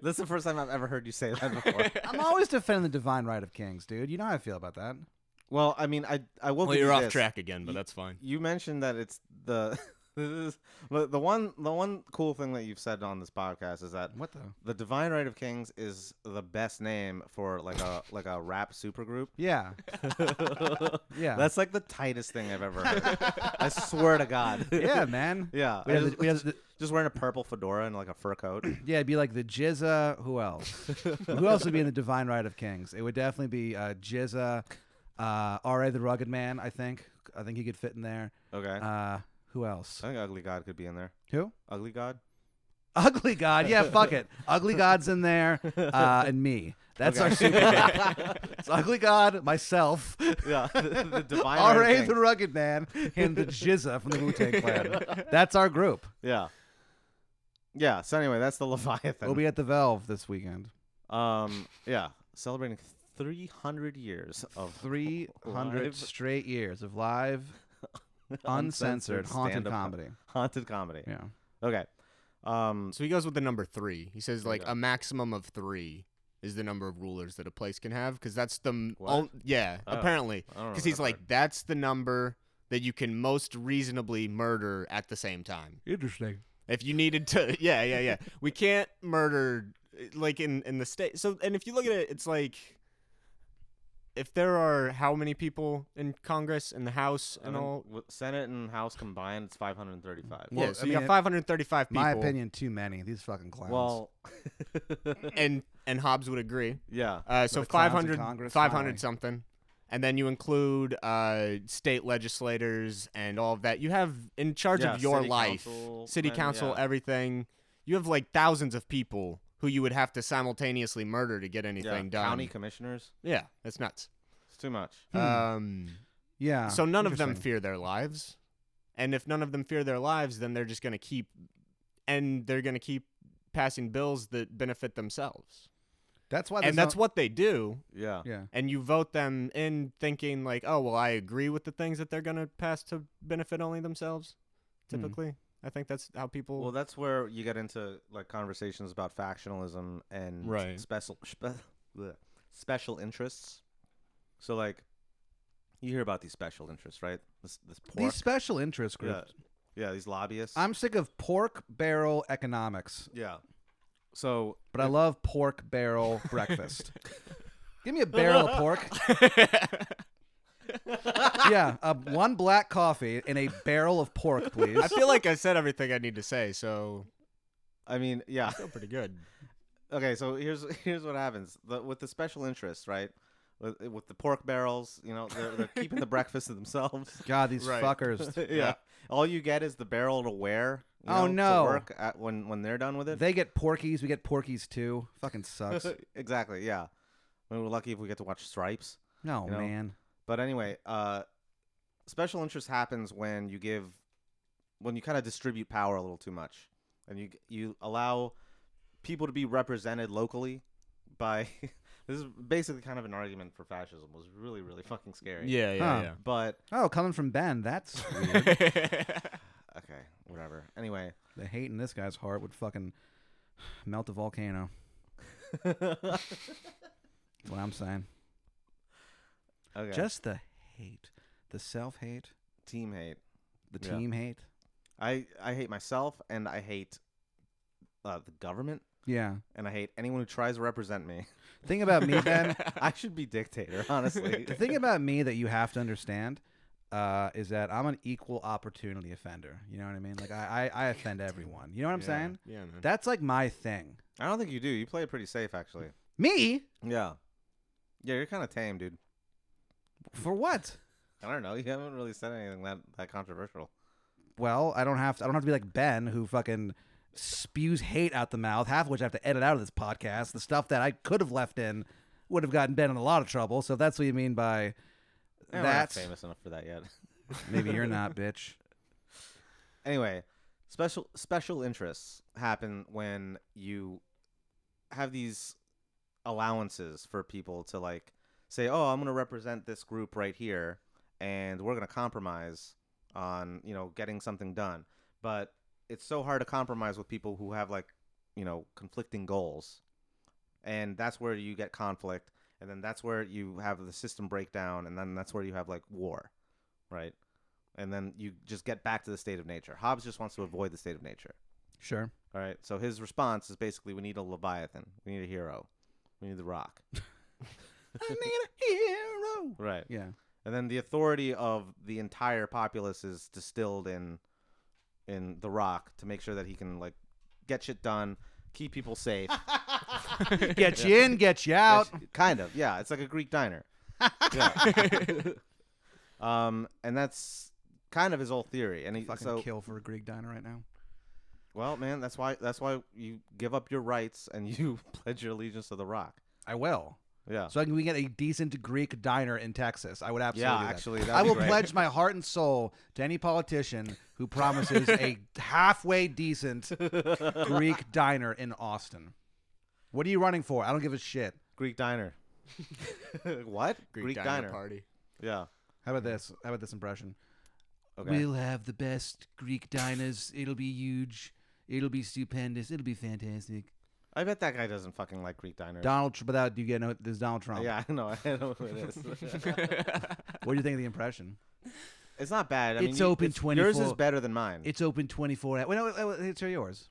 S2: this is the first time I've ever heard you say that before.
S3: I'm always defending the divine right of kings, dude. You know how I feel about that.
S2: well, I mean, I I will.
S4: well,
S2: give
S4: you're
S2: you
S4: off
S2: this.
S4: track again, but
S2: You-
S4: that's fine.
S2: You mentioned that it's the this is the the one the one cool thing that you've said on this podcast is that
S3: What the?
S2: the Divine Right of Kings is the best name for like a like a rap supergroup.
S3: Yeah, yeah,
S2: That's like the tightest thing I've ever heard. I swear to God.
S3: yeah, man.
S2: Yeah.
S3: We
S2: I
S3: have the-
S2: just,
S3: we have the-
S2: just wearing a purple fedora and like a fur coat.
S3: Yeah, it'd be like the Jizza. Who else? who else would be in the Divine Right of Kings? It would definitely be uh, Jizza, uh, R.A. the Rugged Man. I think. I think he could fit in there.
S2: Okay.
S3: Uh, who else?
S2: I think Ugly God could be in there.
S3: Who?
S2: Ugly God?
S3: Ugly God. Yeah, fuck it. Ugly God's in there, uh, and me. That's our super. guy. it's Ugly God, myself,
S2: Yeah. The, the Divine Right of
S3: R.A.
S2: Kings.
S3: the Rugged Man, and the Jizza from the Wu Tang Clan. That's our group.
S2: Yeah. Yeah. So anyway, that's the Leviathan.
S3: We'll be at the Valve this weekend.
S2: um. Yeah. Celebrating 300 years of
S3: 300
S2: live-
S3: straight years of live, uncensored, haunted
S2: stand-up com-
S3: comedy.
S2: Haunted comedy.
S3: Yeah.
S2: Okay. Um.
S4: So he goes with the number three. He says like
S2: Okay.
S4: a maximum of three is the number of rulers that a place can have because that's the m-
S2: What?
S4: on- yeah
S2: Oh.
S4: apparently
S2: I don't remember
S4: because he's
S2: that
S4: like
S2: part.
S4: that's the number that you can most reasonably murder at the same time.
S3: Interesting.
S4: If you needed to, yeah, yeah, yeah. We can't murder like in in the state. So and if you look at it, it's like if there are how many people in Congress and the House
S2: I
S4: and
S3: Um,
S2: think
S4: all.
S2: w- Senate and House combined, it's 535.
S4: Yeah,
S3: Well,
S4: so
S3: I
S4: you
S3: mean,
S4: got 535 people.
S3: My opinion, too many. These fucking clowns.
S2: Well,
S4: and and Hobbs would agree.
S2: yeah.
S4: Uh, so
S3: the clowns in
S4: 500,
S3: Congress,
S4: 500
S3: finally.
S4: something. And then you include uh, state legislators and all of that. You have in charge
S2: Yeah,
S4: of your
S2: city
S4: life,
S2: council,
S4: city
S2: men-
S4: council,
S2: yeah.
S4: everything. You have like thousands of people who you would have to simultaneously murder to get
S2: yeah.
S4: anything done.
S2: County commissioners.
S4: Yeah, that's nuts.
S2: It's too much.
S4: Um,
S3: Hmm. yeah.
S4: so none of them
S3: Ah, interesting.
S4: fear their lives. And if none of them fear their lives, then they're just going to keep, and they're going to keep passing bills that benefit themselves.
S3: That's why.
S4: and
S3: there's
S4: that's
S3: no-
S4: what they do
S2: Yeah.
S3: Yeah.
S4: and you vote them in thinking like, oh well, I agree with the things that they're gonna pass to benefit only themselves.
S3: Hmm.
S4: Typically, I think that's how people.
S2: Well, that's where you get into like conversations about factionalism and
S4: Right.
S2: special spe- bleh, special interests. So like, you hear about these special interests, right? This this pork.
S3: These special interest
S2: yeah.
S3: groups.
S2: yeah, these lobbyists.
S3: I'm sick of pork barrel economics,
S2: yeah. So
S3: but I love pork barrel breakfast. Give me a barrel of pork. yeah, uh, one black coffee and a barrel of pork, please.
S4: I feel like I said everything I need to say, so
S2: I mean, yeah.
S4: I feel pretty good.
S2: okay so here's here's what happens the, with the special interests right with, with the pork barrels you know they're, they're keeping the breakfast to themselves
S3: God, these
S4: Right.
S3: fuckers.
S2: yeah. all you get is the barrel to wear you
S3: Oh,
S2: to
S3: no.
S2: work at, when when they're done with it
S3: They get porkies. We get porkies too. Fucking sucks.
S2: exactly yeah I mean, we're lucky if we get to watch stripes
S3: No,
S2: You know?
S3: man.
S2: but anyway uh special interest happens when you give when you kind of distribute power a little too much and you you allow people to be represented locally by this is basically kind of an argument for fascism was really really fucking scary
S4: Yeah, yeah,
S2: but
S3: Oh, coming from Ben, that's weird.
S4: yeah.
S2: okay whatever anyway
S3: the hate in this guy's heart would fucking melt a volcano. That's what I'm saying.
S2: okay
S3: Just the hate, the self hate,
S2: team hate
S3: the
S2: Yeah.
S3: team hate.
S2: i i hate myself and i hate uh, the government
S3: Yeah.
S2: and i hate anyone who tries to represent me
S3: Thing about me, Ben.
S2: i should be dictator honestly
S3: the thing about me that you have to understand uh, is that I'm an equal opportunity offender. You know what I mean? Like I, I, I offend everyone. You know what I'm saying?
S4: Yeah, man.
S3: That's like my thing.
S2: I don't think you do. You play it pretty safe, actually.
S3: Me
S2: Yeah. Yeah, you're kind of tame, dude.
S3: for what?
S2: I don't know. You haven't really said anything that that controversial.
S3: Well, I don't have to. I don't have to be like Ben, who fucking spews hate out the mouth, half of which I have to edit out of this podcast. The stuff that I could have left in would have gotten Ben in a lot of trouble. So if that's what you mean by
S2: Eh, we're not
S3: that,
S2: famous enough for that yet.
S3: maybe you're not, bitch.
S2: anyway, special special interests happen when you have these allowances for people to like say, "Oh, I'm going to represent this group right here and we're going to compromise on, you know, getting something done." But it's so hard to compromise with people who have like, you know, conflicting goals. And that's where you get conflict, and then that's where you have the system breakdown, and then that's where you have like war, right? and then you just get back to the state of nature. Hobbes just wants to avoid the state of nature.
S3: Sure.
S2: All right. So his response is basically we need a leviathan. We need a hero. We need the rock.
S3: I need a hero.
S2: Right.
S3: Yeah.
S2: And then the authority of the entire populace is distilled in in the rock to make sure that he can like get shit done, keep people safe.
S3: Get you in, get you out.
S2: kind of. Yeah, it's like a Greek diner. Um and that's kind of his whole theory. And he
S3: Fucking
S2: so
S3: kill for a Greek diner right now.
S2: Well, man, that's why that's why you give up your rights and you pledge your allegiance to the Rock.
S3: I will.
S2: Yeah.
S3: So I can we get a decent Greek diner in Texas. I would absolutely.
S2: Yeah,
S3: do that.
S2: actually, that'd
S3: I
S2: be
S3: will
S2: great.
S3: pledge my heart and soul to any politician who promises a halfway decent Greek diner in Austin. What are you running for? I don't give a shit.
S2: Greek diner. what?
S4: Greek, diner, party.
S2: Yeah.
S3: How about this? How about this impression?
S2: Okay.
S3: We'll have the best Greek diners. It'll be huge. It'll be stupendous. It'll be fantastic.
S2: I bet that guy doesn't fucking like Greek diners.
S3: Donald Trump. Without you getting this Donald Trump.
S2: Yeah, I know. I know who it is.
S3: What do you think of the impression?
S2: it's not bad. I mean,
S3: It's
S2: you-
S3: open
S2: Yours is
S3: 24.
S2: better than mine.
S3: It's open twenty four hours. Wait, no, wait, wait, let's hear yours.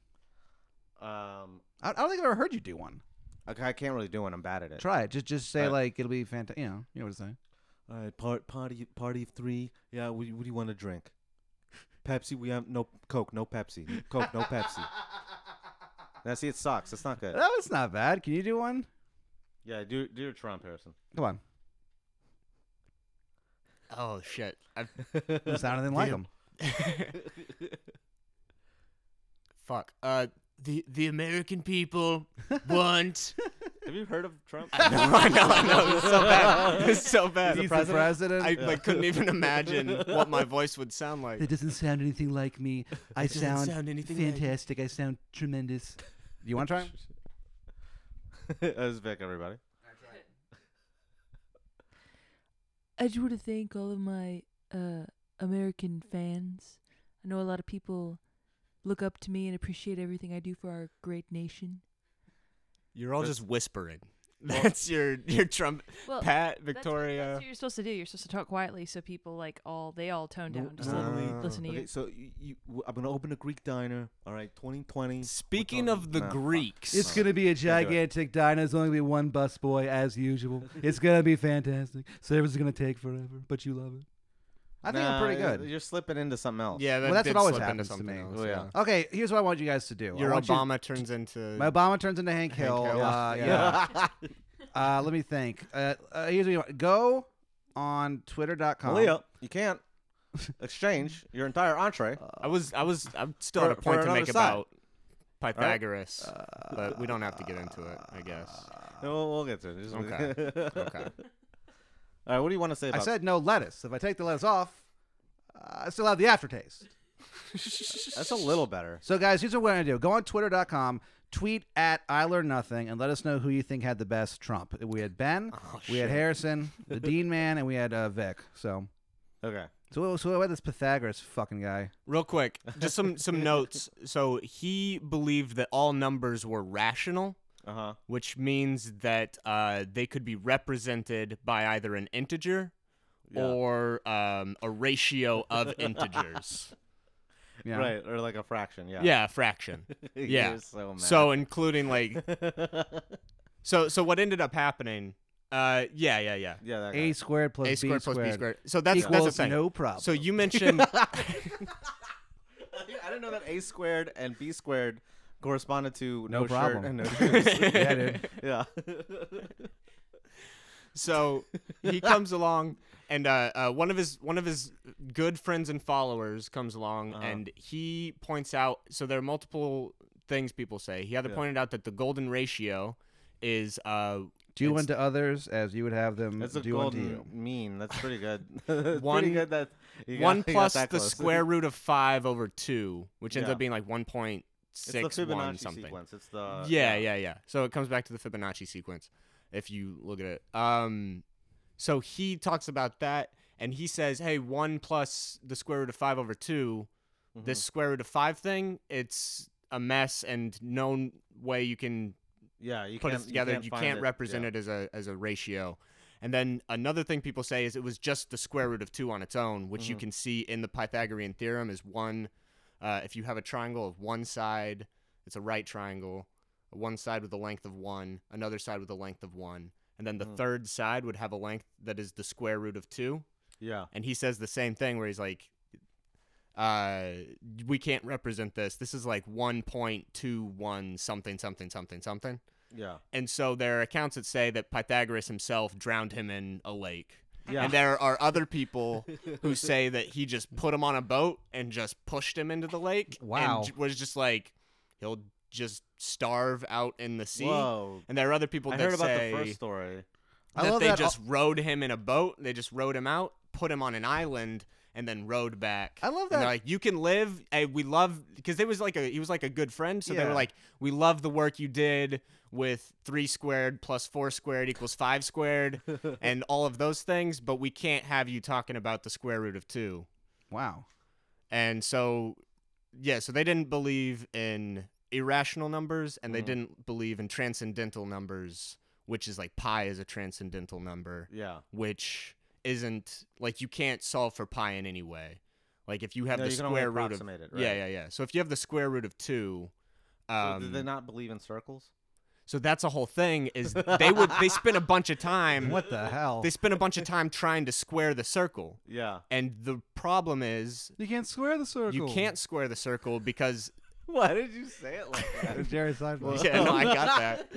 S2: um,
S3: I, I don't think I've ever heard you do one.
S2: okay, I can't really do it. I'm bad at it.
S3: Try it. Just just say
S2: Uh,
S3: like it'll be fantastic. You know, you know what I'm saying.
S2: All right, part, party, party of three. Yeah, what, do you- what do you want to drink? Pepsi. We have no Coke, no Pepsi. Coke, no Pepsi. Now, see, it sucks. It's not good.
S3: That was not bad. Can you do one?
S2: Yeah, do do your Trump, Harrison.
S3: Come on.
S4: Oh shit! I've,
S3: Doesn't sound anything like him.
S4: fuck. Uh, the the American people want.
S2: Have you heard of Trump?
S4: I know, I know, I know. It's so bad. It's so bad.
S3: He's the president.
S4: I like couldn't even imagine what my voice would sound like.
S1: That doesn't sound anything like me. I
S4: It doesn't
S1: sound,
S4: sound anything like-
S1: fantastic. I sound tremendous.
S3: you want to try? him?
S2: that was Vic, everybody.
S5: I just want to thank all of my uh, American fans. I know a lot of people look up to me and appreciate everything I do for our great nation.
S4: You're all just whispering. That's your your Trump.
S5: Well,
S4: Pat,
S5: that's what- That's
S4: Victoria.
S5: what you're supposed to do. You're supposed to talk quietly so people like all they all tone
S2: No-
S5: down. Just
S2: no.
S5: let 'em
S4: Uh,
S5: listen to
S2: Oh, Okay,
S5: you.
S2: so you, you, w- I'm gonna open a Greek diner. All right, 2020.
S4: Speaking
S2: We're
S4: of
S2: talking-
S4: the
S2: nah, fuck.
S4: Greeks,
S1: It's gonna be a
S2: do it.
S1: gigantic diner. There's only gonna be one bus boy as usual. It's gonna be fantastic. Service is gonna take forever, but you love it.
S3: I think I'm
S2: Nah,
S3: pretty
S2: you're-
S3: good.
S2: You're slipping into something else.
S4: yeah, that
S3: Well, that's
S4: did
S3: what always
S4: slip into
S3: happens to
S4: something
S3: me.
S4: else,
S2: Oh, yeah.
S3: Okay, here's what I want you guys to do. I
S4: Your
S3: want you-
S4: Obama turns into
S3: my Obama turns into Hank, Hill.
S4: Hill.
S3: Uh,
S4: Yeah.
S3: yeah. Uh, let me think. Uh, uh, here's what you want. Go on twitter.com.
S2: Malia, you can't exchange your entire entree.
S4: I was I was I'm still
S2: For-
S4: at a point
S2: for
S4: to
S2: another
S4: make
S2: side.
S4: about Pythagoras, but we don't have to get into it, I guess.
S2: No, we'll, we'll get to it. Just-
S4: Okay. Okay.
S2: All right, what do you want to say
S3: I
S2: about
S3: said no lettuce. If I take the lettuce off, uh, I still have the aftertaste.
S2: That's a little better.
S3: So, guys, here's what we're going to do go on twitter.com, tweet at I Learn Nothing, and let us know who you think had the best Trump. We had Ben,
S4: Oh,
S3: we had Harrison, the Dean Man, and we had uh, Vic. So,
S2: Okay.
S3: so, so about this Pythagoras fucking guy?
S4: Real quick, just some some notes. So he believed that all numbers were rational,
S2: Uh huh.
S4: which means that uh, they could be represented by either an integer
S2: Yeah.
S4: or um, a ratio of integers.
S3: Yeah.
S2: Right, or like a fraction. Yeah. Oh,
S4: Yeah, a fraction. yeah.
S2: You're so mad.
S4: So including like so so what ended up happening? Uh, yeah, yeah, yeah.
S2: yeah, that guy.
S3: A squared plus
S4: A
S3: B
S4: squared plus B squared. So that's that's
S3: equals
S4: a thing.
S3: no problem.
S4: So you mentioned
S2: I didn't know that a squared and b squared corresponded to no,
S3: No problem.
S2: shirt and no shoes.
S3: yeah, dude.
S2: yeah.
S4: So he comes along, and uh, uh, one of his one of his good friends and followers comes along,
S2: Uh-huh.
S4: and he points out. So there are multiple things people say. He either
S2: Yeah.
S4: pointed out that the golden ratio is uh,
S3: Do
S4: It's-
S3: unto others as you would have them
S2: That's a
S3: do unto
S2: golden
S3: you.
S2: mean. That's pretty good. That's
S4: One-
S2: pretty good that you got-
S4: one
S2: you got
S4: plus
S2: that
S4: the
S2: close.
S4: square root of five over two, which ends
S2: Yeah.
S4: up being like one point
S2: It's
S4: six
S2: the Fibonacci
S4: one something.
S2: sequence. It's the
S4: yeah, yeah, yeah. So it comes back to the Fibonacci sequence if you look at it. Um, so he talks about that, and he says, "Hey, one plus the square root of five over 2
S2: Mhm.
S4: This square root of five thing, it's a mess, and no n- way you can
S2: yeah. You
S4: put
S2: can't,
S4: it together. You can't,
S2: find it.
S4: represent
S2: Yeah.
S4: it as a as a ratio." And then another thing people say is it was just the square root of two on its own, which you
S2: Mhm.
S4: can see in the Pythagorean theorem is one. Uh, if you have a triangle of one side, it's a right triangle. One side with a length of one, another side with a length of one, and then the
S2: Mhm.
S4: third side would have a length that is the square root of two.
S2: Yeah.
S4: And he says the same thing where he's like, uh, "We can't represent this. This is like one point two one something something something something."
S2: Yeah.
S4: And so there are accounts that say that Pythagoras himself drowned him in a lake.
S2: Yeah.
S4: And there are other people who say that he just put him on a boat and just pushed him into the lake.
S3: Wow.
S4: And j- was just like, he'll just starve out in the sea.
S2: Whoa.
S4: And there are other people
S2: I
S4: that
S2: heard about
S4: say
S2: the first story.
S3: I
S4: that
S3: love
S4: they
S3: that.
S4: just rode him in a boat. They just rode him out, put him on an island, and then rode back.
S3: I love
S4: And they're
S3: that.
S4: like, you can live. eh, we love because it was like a he was like a good friend. So they
S3: Yeah.
S4: were like, we love the work you did with three squared plus four squared equals five squared, and all of those things. But we can't have you talking about the square root of two.
S3: Wow.
S4: And so, yeah, so they didn't believe in irrational numbers and they
S3: Mm-hmm.
S2: Mhm.
S4: didn't believe in transcendental numbers, which is like pi is a transcendental number,
S2: Yeah.
S4: which isn't like you can't solve for pi in any way. Like if you have
S2: No,
S4: the
S2: you can only
S4: square root of
S2: approximate it,
S4: yeah,
S2: right?
S4: yeah, yeah. So if you have the square root of two,
S2: So
S4: um,
S2: did they not believe in circles?
S4: so that's a whole thing. Is they would they spend a bunch of time
S3: What the hell?
S4: they spend a bunch of time trying to square the circle,
S2: Yeah.
S4: and the problem is
S1: You can't square the circle.
S4: you can't square the circle because
S2: Why did you say it like that?
S1: Jerry Seinfeld.
S4: yeah, no, I got that.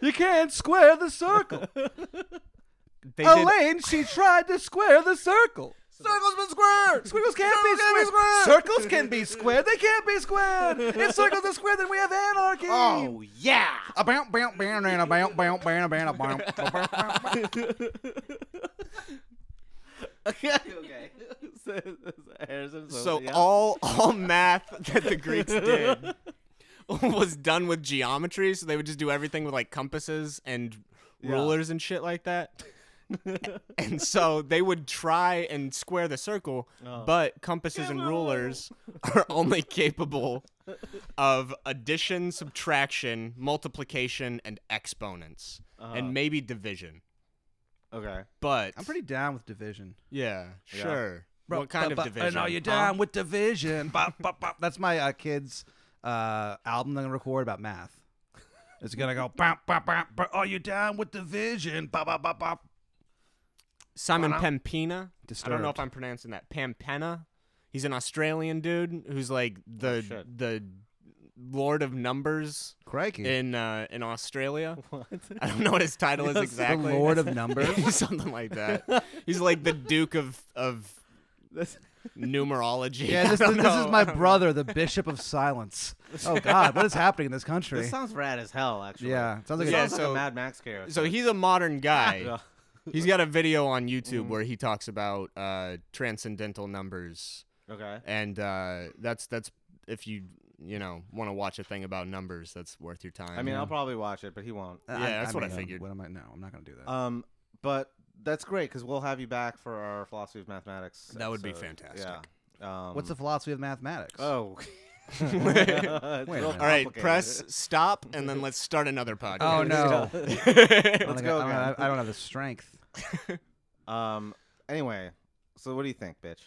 S1: You can't square the circle.
S4: They did,
S1: Elaine, she tried to square the circle.
S3: Circles been squared.
S1: Squiggles can't be squared. Circles can be squared. They can't be squared. If circles are squared, then we have anarchy.
S3: Oh yeah. A bounce, bounce, bounce, and a bounce, bounce, bounce, a bounce, a bounce, a bounce, bounce, bounce.
S2: okay. Okay. so, Harrison,
S4: so
S2: yeah.
S4: all all math that the Greeks did was done with geometry. So they would just do everything with like compasses and
S2: Yeah.
S4: rulers and shit like that. and so they would try and square the circle,
S2: Oh.
S4: but compasses and rulers are only capable of addition, subtraction, multiplication, and exponents,
S2: Uh-huh.
S4: and maybe division.
S2: okay.
S4: But
S3: I'm pretty down with division.
S4: Yeah,
S2: Yeah.
S4: sure.
S3: Bro,
S4: what kind
S3: bu-
S4: of
S3: bu-
S4: division?
S3: And are you
S4: huh?
S3: down with division? Bop, bop, bop. That's my uh, kids' uh, album that I'm gonna record about math. It's gonna go. Bop, bop, bop, bop. Are you down with division? Bop, bop, bop, bop.
S4: Simon
S3: Wow.
S4: Pempina. I don't know if
S3: Disturbed.
S4: I'm pronouncing that. Pampena. He's an Australian dude who's
S3: Oh,
S4: like the
S2: shit.
S4: the Lord of Numbers
S3: Crikey.
S4: in uh, in Australia. I don't know what his title is
S3: the
S4: exactly.
S3: Lord of Numbers.
S4: something like that. He's like the Duke of of numerology. I
S3: Yeah, this,
S4: don't
S3: this is
S4: know.
S3: my brother, the Bishop of Silence. Oh God, what is happening in this country?
S2: This sounds rad as hell, actually.
S3: yeah, sounds like
S2: This
S4: Yeah,
S2: sounds like a
S4: so-
S2: Mad Max character.
S4: So he's a modern guy.
S2: Yeah.
S4: He's got a video on YouTube
S3: Mm.
S4: where he talks about uh, transcendental numbers.
S2: Okay.
S4: and uh, that's that's if you you know want to watch a thing about numbers, that's worth your time.
S2: I mean, I'll probably watch it, but he won't.
S3: a,
S4: yeah, that's what I
S3: mean, um,
S4: figured.
S3: What am I? No, I'm not gonna do that.
S2: Um, but that's great because we'll have you back for our philosophy of mathematics.
S4: That would be
S2: episode.
S4: fantastic.
S2: Yeah. Um,
S3: What's the philosophy of mathematics?
S2: Oh.
S3: a minute.
S4: all right, press stop, and then let's start another podcast.
S3: oh no, I don't
S2: Let's
S3: think
S2: go
S3: I, I,
S2: again.
S3: don't- I don't have the strength.
S2: Um. Anyway, so what do you think, bitch?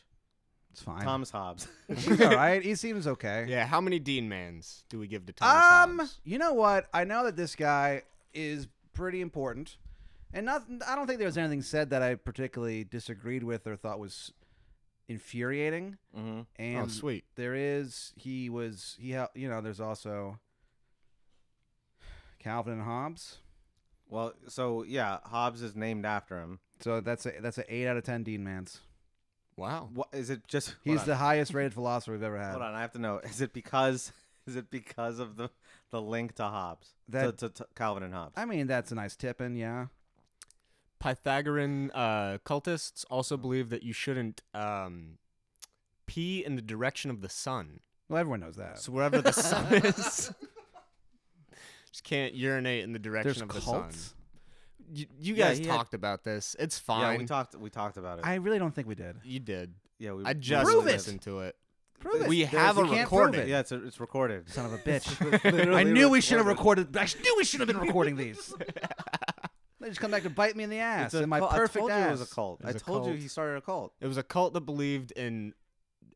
S3: It's fine.
S2: Thomas Hobbes.
S3: He's all right. He seems okay.
S4: yeah, how many Dean Mans do we give to Thomas
S3: Um,
S4: Hobbes?
S3: you know what? I know that this guy is pretty important, and nothing. I don't think there was anything said that I particularly disagreed with or thought was infuriating.
S2: mm-hmm.
S3: And
S4: oh, sweet.
S3: there is he was he hel- you know there's also Calvin and Hobbes
S2: Well, so yeah, Hobbes is named after him.
S3: So that's a that's an eight out of ten Dean Mance.
S4: Wow.
S2: What is it? Just hold
S3: He's
S2: on,
S3: the highest rated philosopher we've ever had.
S2: Hold on, I have to know. Is it because? Is it because of the the link to Hobbes
S3: That-
S2: to, to, to Calvin and Hobbes?
S3: I mean, that's a nice tipping, yeah.
S4: Pythagorean uh, cultists also believe that you shouldn't um, pee in the direction of the sun.
S3: Well, everyone knows that.
S4: So wherever the sun is, just can't urinate in the direction
S3: There's
S4: of the sun.
S3: cults.
S4: You, you
S2: Yeah,
S4: guys
S2: he had-
S4: talked about this. It's
S2: yeah,
S4: fine.
S2: we talked. We talked about it.
S3: I really don't think we did.
S4: you did.
S2: yeah, we
S4: I just
S3: Prove it!
S4: listened to it.
S3: Prove it.
S4: We
S3: There's-
S4: have
S3: you
S4: a
S3: can't prove
S4: recording.
S3: it.
S2: Yeah, it's it's recorded.
S3: Son of a bitch.
S2: Literally
S3: I knew we
S2: recorded.
S3: should have recorded. I knew we should have been recording these. they just come back to bite me in the ass.
S2: It's a
S3: in my
S2: cult-
S3: perfect
S2: I told you
S3: ass.
S2: it was a cult.
S4: It
S2: I
S4: was a
S2: told you
S4: cult.
S2: he started a cult.
S4: It was a cult that believed in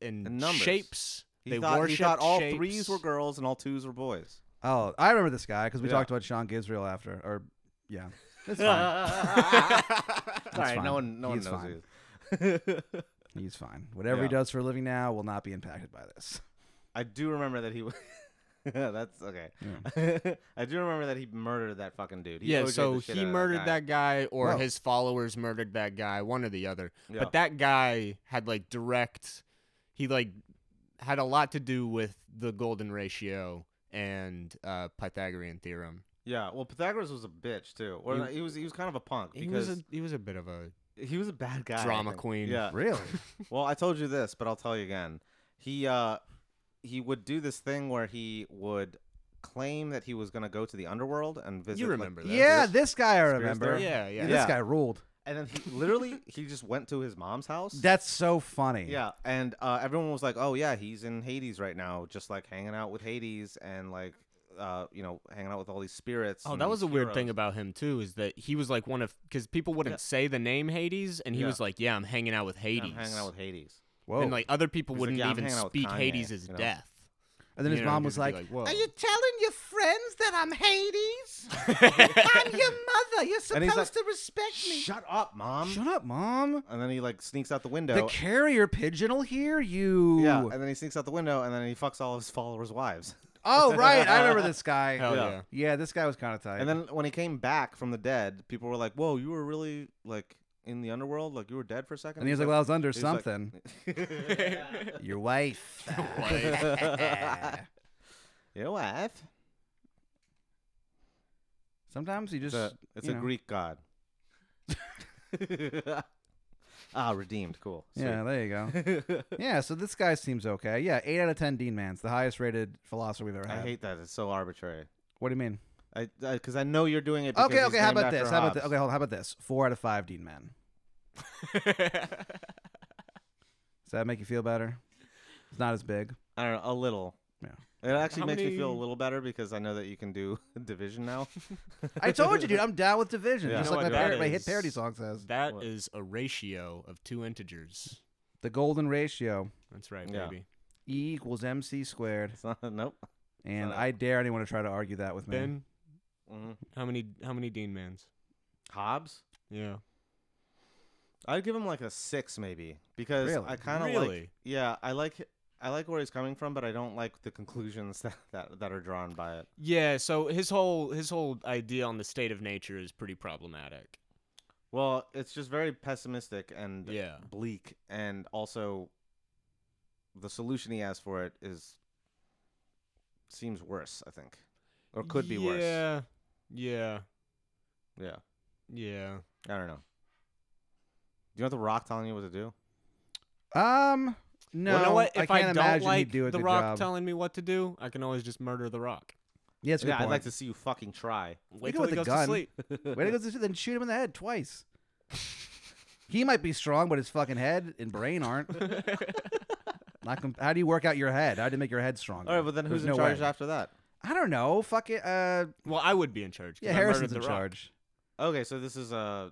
S4: in
S2: In numbers.
S4: shapes.
S2: He
S4: they
S2: thought, he
S4: worshipped
S2: thought all
S4: shapes.
S2: threes were girls and all twos were boys.
S3: Oh, I remember this guy because we
S2: Yeah.
S3: talked about Sean Gisrael after. Or yeah, it's fine.
S2: Sorry,
S3: fine.
S2: no one, no
S3: He's
S2: one knows
S3: fine.
S2: who he is.
S3: He's fine. Whatever he
S2: Yeah.
S3: does for a living now will not be impacted by this.
S2: I do remember that he. w- That's okay. I do remember that he murdered that fucking dude. He
S4: yeah,
S2: OJ'd the
S4: so
S2: shit
S4: he
S2: out of
S4: murdered
S2: guy.
S4: that guy, or
S3: Whoa.
S4: his followers murdered that guy, one or the other.
S2: Yeah.
S4: But that guy had like direct, he like had a lot to do with the golden ratio and uh, Pythagorean theorem.
S2: Yeah, well, Pythagoras was a bitch too, or
S4: He-
S2: not- he, was he was kind of a punk
S4: He was
S2: because
S4: a he was a bit of a
S2: he was a bad guy. I
S4: Drama
S2: think.
S4: queen.
S2: Yeah.
S3: Really?
S2: Well, I told you this, but I'll tell you again. He uh, he would do this thing where he would claim that he was gonna go to the underworld and visit.
S4: you
S2: like,
S4: remember that?
S3: yeah, this guy I
S2: Conspiracy
S3: remember.
S2: theory?
S4: yeah, yeah.
S3: This
S2: Yeah.
S3: guy ruled.
S2: And then he literally he just went to his mom's house.
S3: That's so funny.
S2: yeah, and uh, everyone was like, "Oh yeah, he's in Hades right now, just like hanging out with Hades and like, uh, you know, hanging out with all these spirits."
S4: Oh,
S2: and
S4: that was a
S2: these
S4: weird thing
S2: heroes."
S4: about him too, is that he was like one of because people wouldn't
S2: Yeah.
S4: say the name Hades, and he
S2: Yeah.
S4: was like, "Yeah, I'm hanging out with
S2: Yeah,
S4: Hades."
S2: I'm hanging out with Hades.
S3: Whoa.
S4: and like other people
S2: He's like,
S4: wouldn't
S2: "Yeah, I'm
S4: even
S2: hanging out with
S4: speak
S2: Kanye,"
S4: Hades' as
S2: you know?
S4: death.
S3: and then his
S4: You know,
S3: mom
S4: you'd
S3: was
S4: be
S3: like,
S4: "Whoa."
S3: telling your friends that I'm Hades? mother. You're
S2: And he's like,
S3: to respect
S2: Shut up, mom.
S3: Shut up, mom.
S2: and then he like sneaks out the window.
S3: The carrier pigeon will hear you.
S2: yeah, and then he sneaks out the window, and then he fucks all of his followers' wives.
S3: Oh, right. I remember this guy.
S4: Hell
S2: Yeah.
S4: yeah.
S3: Yeah, this guy was kind of tight.
S2: And then when he came back from the dead, people were like, "Whoa, you were really like in the underworld? Like you were dead for a second?
S3: and he was like, well, I was under
S2: He was like-
S3: something. Your wife.
S2: you know what?
S3: Sometimes you
S2: It's a,
S3: just.
S2: it's
S3: you
S2: a
S3: know.
S2: Greek god. ah, redeemed. Cool. Sweet.
S3: Yeah, there you go. yeah, so this guy seems okay. Yeah, eight out of ten Dean Mans, the highest rated philosopher we've ever
S2: I
S3: had.
S2: hate that. It's so arbitrary.
S3: what do you mean?
S2: I because I, know you're doing it. Because
S3: Okay,
S2: he's
S3: okay. How
S2: named
S3: about
S2: after
S3: this? How about
S2: Hobbes.
S3: this? Okay, hold. on, How about this? Four out of five Dean Man. Does that make you feel better? It's not as big.
S2: I don't know. A little.
S3: Yeah.
S2: It actually
S4: How
S2: makes me feel a
S4: many-
S2: little better because I know that you can do division now.
S3: I told you, dude. I'm down with division.
S2: Yeah.
S3: Just
S2: You know
S3: like
S2: what
S3: my, par-
S2: that
S3: my
S4: is?
S3: hit parody song says,
S4: That
S2: What?
S4: is a ratio of two integers.
S3: the golden ratio.
S4: That's right,
S2: Yeah.
S4: baby.
S3: E equals MC squared,
S2: It's not. Nope.
S3: and
S2: not-
S3: I dare anyone to try to argue that with me.
S4: Ben,
S2: Mm.
S4: how many how many Dean Mans?
S2: Hobbes.
S4: Yeah.
S2: I'd give him like a six, maybe, because
S3: Really?
S2: I kind of like.
S4: Really?
S2: Yeah, I like. I like where he's coming from, but I don't like the conclusions that that, that are drawn by it.
S4: Yeah, so his whole his whole idea on the state of nature is pretty problematic.
S2: Well, it's just very pessimistic and
S4: Yeah.
S2: bleak, and also the solution he has for it is seems worse. I think, or could be worse.
S4: Yeah. Yeah.
S2: Yeah,
S4: Yeah.
S2: I don't know. Do you know what the Rock telling you what to do?
S3: Um, no,
S4: you know what?
S3: I
S4: If
S3: can't
S4: I, don't
S3: imagine
S4: like
S3: he'd do a
S4: the
S3: good
S4: rock
S3: job.
S4: telling me what to do, I can always just murder the rock.
S3: yeah, that's a good
S2: yeah, I'd
S3: point.
S2: like to see you fucking try.
S4: Wait
S3: go
S4: till
S3: with
S4: he
S3: a
S4: goes
S3: gun.
S4: to sleep.
S3: Way to go! to- Then shoot him in the head twice. he might be strong, but his fucking head and brain aren't. Not com- how do you work out your head? How do you make your head stronger?
S2: All right, but then
S3: There's
S2: who's in
S3: no
S2: charge
S3: way.
S2: after that?
S3: I don't know. Fuck it. Uh,
S4: Well, I would be in charge. 'cause
S3: yeah,
S4: I murdered
S3: Harrison's
S4: the
S3: in
S4: Rock.
S3: charge.
S2: Okay, so this is a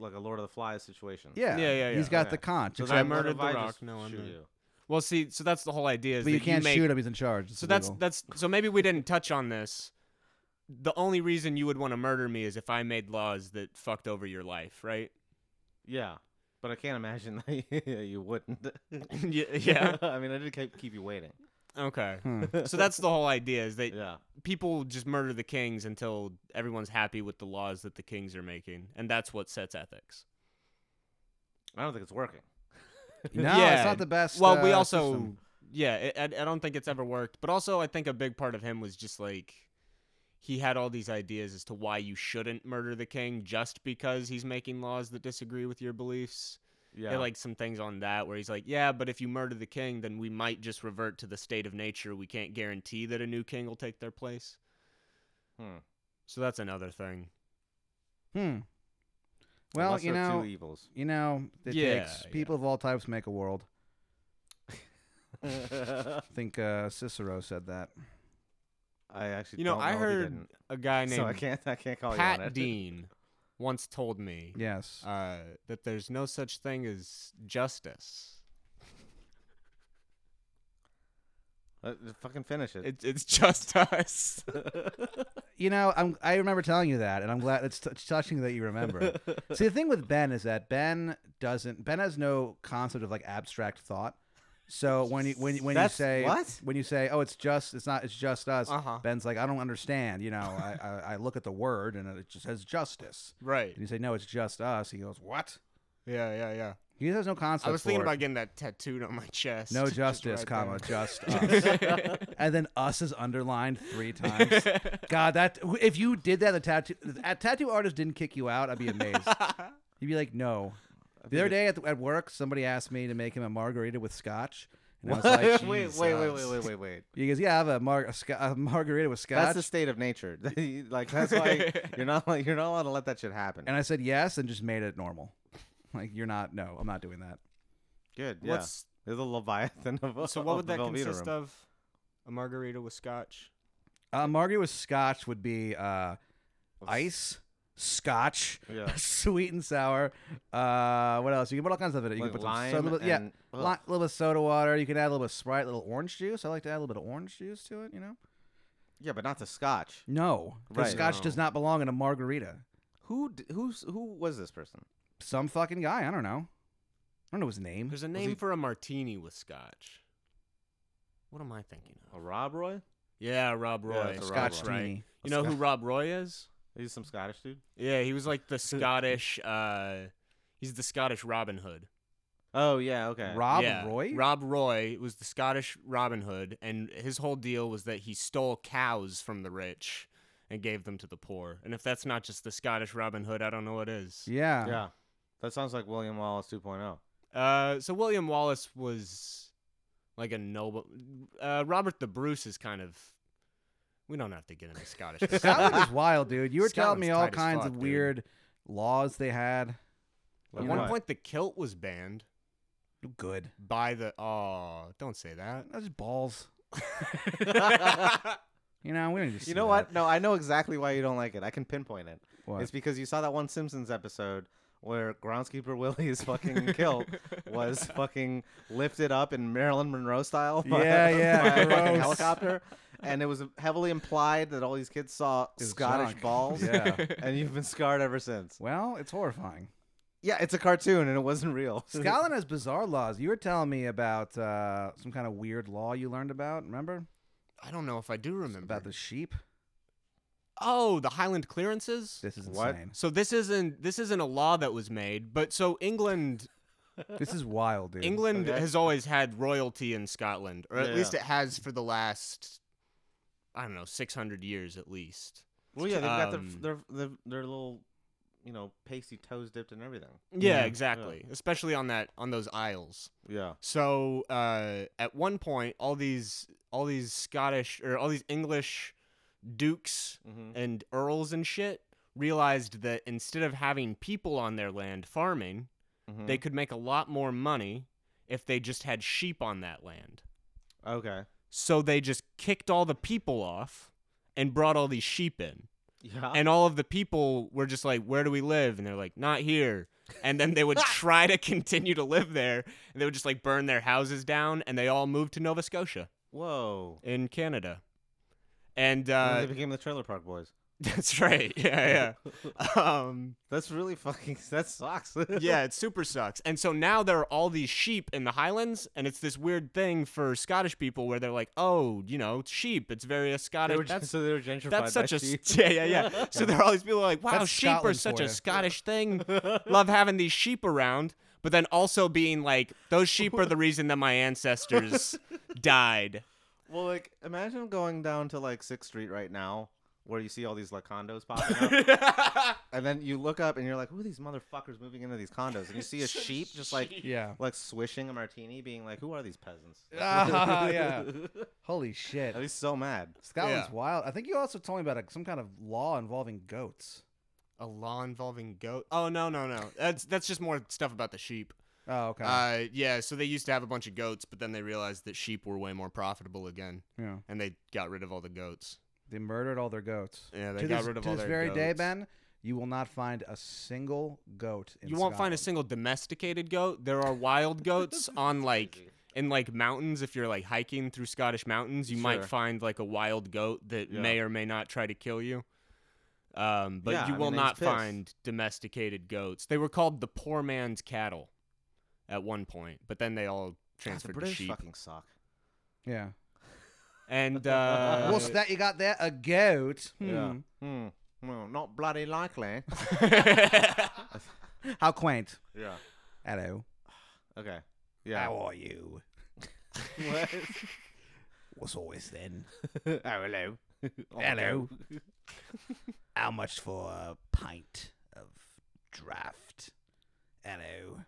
S2: like a Lord of the Flies situation.
S3: Yeah,
S4: Yeah, yeah,
S3: He's
S4: yeah.
S3: got
S2: Okay.
S3: the conch.
S2: So
S3: except-
S4: I
S2: then what
S4: murdered
S2: if
S4: The
S2: I
S4: Rock,
S2: just
S4: no, I'm
S2: shoot
S4: not.
S2: you.
S4: Well, see, so that's the whole idea. Is
S3: but you
S4: that
S3: can't
S4: make,
S3: shoot him. He's in charge. It's
S4: So that's
S3: illegal.
S4: that's so maybe we didn't touch on this. The only reason you would want to murder me is if I made laws that fucked over your life, right?
S2: Yeah, but I can't imagine that you wouldn't.
S4: Y- yeah.
S2: I mean, I did keep keep you waiting.
S4: Okay.
S3: Hmm.
S4: so that's the whole idea is that
S2: Yeah,
S4: people just murder the kings until everyone's happy with the laws that the kings are making, and that's what sets ethics.
S2: I don't think it's working.
S3: No,
S4: Yeah.
S3: it's not the best.
S4: well, we
S3: uh,
S4: also,
S3: system.
S4: yeah, it, I, I don't think it's ever worked. But also, I think a big part of him was just like he had all these ideas as to why you shouldn't murder the king just because he's making laws that disagree with your beliefs.
S2: Yeah.
S4: They like some things on that where he's like, yeah, but if you murder the king, then we might just revert to the state of nature. We can't guarantee that a new king will take their place.
S2: Hmm.
S4: So that's another thing.
S3: Hmm. Well,
S2: Unless
S3: you
S2: there are
S3: know,
S2: two evils.
S3: you know, it
S4: Yeah,
S3: takes
S4: yeah.
S3: people of all types make a world. I think uh, Cicero said that.
S2: I actually
S4: You know,
S2: don't
S4: I
S2: if he
S4: heard
S2: didn't,
S4: a guy named
S2: so I can't I can't call you on
S4: Pat
S2: it.
S4: Dean once told me
S3: Yes.
S4: uh, that there's no such thing as justice.
S2: Uh, fucking finish it.
S4: It's it's just us.
S3: you know, I'm, I remember telling you that, and I'm glad it's, t- it's touching that you remember. See, the thing with Ben is that Ben doesn't. Ben has no concept of like abstract thought. So when you when you- when
S2: That's-
S3: you say
S2: what?
S3: when you say oh it's just it's not it's just us
S4: Uh-huh.
S3: Ben's like I don't understand you know I, I I look at the word and it just says justice
S4: right.
S3: and you say no it's just us he goes what
S4: Yeah, yeah, yeah.
S3: he has no concept
S4: I was thinking
S3: for it.
S4: about getting that tattooed on my chest.
S3: no
S4: Just
S3: justice
S4: right
S3: comma
S4: there.
S3: just us and then us is underlined three times God, that if you did that, the tattoo a tattoo artist didn't kick you out. I'd be amazed. You'd be like, no. The other day at, at work, somebody asked me to make him a margarita with scotch, and I was like,
S2: wait, wait, wait, wait,
S3: Jesus.
S2: wait, wait, wait.
S3: He goes, yeah, I have a, mar- a, sc- a margarita with
S2: That's
S3: scotch,
S2: the state of nature. like that's why you're not you're not allowed to let that shit happen.
S3: and I said yes, and just made it normal. Like, you're not. No, I'm not doing that.
S2: Good. Yeah.
S4: What's
S2: There's a leviathan of
S4: so?
S2: of
S4: What would
S2: the
S4: that
S2: Velveeta Mm-hmm.
S4: consist
S2: room.
S4: of? A margarita with scotch.
S3: Uh, margarita with scotch would be uh, ice, scotch,
S2: Yeah.
S3: sweet and sour. Uh, what else? You can put all kinds of it. You
S2: Like
S3: can put
S2: lime
S3: some soda, yeah,
S2: and-
S3: a
S2: ugh.
S3: little bit of soda water. You can add a little bit of Sprite, a little orange juice. I like to add a little bit of orange juice to it. You know?
S2: Yeah, but not the scotch.
S3: No, 'cause
S2: Right.
S3: Scotch does not belong in a margarita.
S2: Who d- who's who was this person?
S3: Some fucking guy. I don't know. I don't know his name.
S4: There's a name for a martini with scotch. What am I thinking of?
S2: A Rob Roy?
S4: Yeah, Rob
S2: Yeah,
S4: Roy.
S2: it's a Rob
S3: Scotch
S2: Roy.
S3: teeny.
S4: You know who Rob Roy is?
S2: He's some Scottish dude.
S4: Yeah, he was like the Scottish. uh He's the Scottish Robin Hood.
S2: Oh yeah, okay.
S3: Rob
S4: Yeah.
S3: Roy.
S4: Rob Roy was the Scottish Robin Hood, and his whole deal was that he stole cows from the rich and gave them to the poor. And if that's not just the Scottish Robin Hood, I don't know what is.
S3: Yeah.
S2: Yeah. That sounds like William Wallace oh. 2.0.
S4: Uh, so William Wallace was like a noble. Uh, Robert the Bruce is kind of. We don't have to get into Scottish.
S3: Scotland is wild, dude. You were telling me
S4: Scotland's
S3: all
S4: tight as
S3: kinds
S4: fuck,
S3: of
S4: dude.
S3: weird laws they had.
S4: At
S2: You
S4: one
S2: know what?
S4: point, the kilt was banned
S3: Good.
S4: by the. Oh, don't say that.
S3: That's just balls. You know, we don't need to see
S2: You know
S3: that.
S2: what? No, I know exactly why you don't like it. I can pinpoint it.
S3: What?
S2: It's because you saw that one Simpsons episode where groundskeeper Willie's fucking kilt was fucking lifted up in Marilyn Monroe style by,
S3: Yeah, yeah,
S2: by a fucking
S3: gross.
S2: helicopter. And it was heavily implied that all these kids saw
S3: was
S2: Scottish
S3: junk.
S2: balls.
S3: Yeah.
S2: And you've been scarred ever since.
S3: Well, it's horrifying.
S2: Yeah, it's a cartoon and it wasn't real.
S3: Scotland has bizarre laws. You were telling me about uh, some kind of weird law you learned about. Remember
S4: I don't know if I do remember
S3: about the sheep?
S4: Oh, the Highland clearances.
S3: This is
S2: What?
S3: insane.
S4: So this isn't this isn't a law that was made, but so England
S3: This is wild, dude.
S4: England
S2: Okay.
S4: has always had royalty in Scotland, or at
S2: Yeah.
S4: least it has for the last I don't know six hundred years at least.
S2: well, yeah, they've got their,
S4: Um,
S2: their, their, their little, you know, pasty toes dipped in everything.
S4: Yeah,
S2: Yeah.
S4: exactly. Especially on that on those isles.
S2: Yeah.
S4: So uh, at one point, all these all these Scottish or all these English dukes
S2: Mm-hmm.
S4: and earls and shit realized that instead of having people on their land farming,
S2: mm-hmm.
S4: they
S2: Mm.
S4: could make a lot more money if they just had sheep on that land.
S2: Okay.
S4: So they just kicked all the people off and brought all these sheep in.
S2: Yeah.
S4: And all of the people were just like, Where do we live? And they're like, Not here. And then they would try to continue to live there. And they would just like burn their houses down. And they all moved to Nova Scotia
S2: Whoa.
S4: in Canada. And
S2: And then
S4: uh,
S2: they became the Trailer Park Boys.
S4: That's right. Yeah, yeah. Um,
S2: That's really fucking. That sucks.
S4: yeah, it super sucks. And so now there are all these sheep in the Highlands, and it's this weird thing for Scottish people where they're like, oh, you know, it's sheep. It's very a
S2: They
S4: Scottish.
S2: were
S4: that's
S2: gen- so they were gentrified.
S4: that's such
S2: by
S4: a
S2: sheep.
S4: yeah, yeah, yeah. So there are all these people who are like, wow,
S3: That's
S4: sheep are
S3: Scotland
S4: such
S3: for
S4: a
S3: ya.
S4: Scottish thing. Love having these sheep around. But then also being like, those sheep are the reason that my ancestors died.
S2: Well, like imagine going down to like Sixth Street right now, where you see all these like condos popping up, and then you look up and you're like, "Who are these motherfuckers moving into these condos?" And you see a sheep just like
S3: Yeah.
S2: like swishing a martini, being like, "Who are these peasants?"
S3: Ah, yeah. Holy shit.
S2: And he's so mad.
S3: Scotland's
S4: Yeah.
S3: wild. I think you also told me about a, some kind of law involving goats.
S4: a law involving goat. Oh no, no, no. That's that's just more stuff about the sheep.
S3: Oh, okay.
S4: Uh, yeah. So they used to have a bunch of goats, but then they realized that sheep were way more profitable again,
S3: yeah.
S4: and they got rid of all the goats.
S3: They murdered all their goats.
S4: Yeah, they
S3: to
S4: got
S3: this,
S4: rid of
S3: to
S4: all
S3: this
S4: their
S3: very day,
S4: goats.
S3: Ben. You will not find a single goat. In
S4: you won't find a
S3: Scotland.
S4: single domesticated goat. There are wild goats on like in like mountains. If you're like hiking through Scottish mountains, you might
S2: Sure.
S4: find like a wild goat that
S2: Yeah.
S4: may or may not try to kill you. Um, but
S2: Yeah,
S4: you
S2: I
S4: will
S2: mean, he's
S4: not
S2: pissed.
S4: find domesticated goats. They were called the poor man's cattle at one point, but then they all
S2: God, the
S4: transferred to
S2: British
S4: sheep.
S2: fucking suck.
S3: Yeah.
S4: And uh,
S3: What's that you got there? A goat.
S2: Yeah. Hmm.
S3: Hmm.
S2: Well, not bloody likely.
S3: Hmm. How quaint.
S2: yeah.
S3: Hello.
S2: Okay. Yeah.
S3: How are you?
S2: What?
S3: What's always then?
S2: oh, hello. Oh,
S3: Hello. How much for a pint of draft? Hello.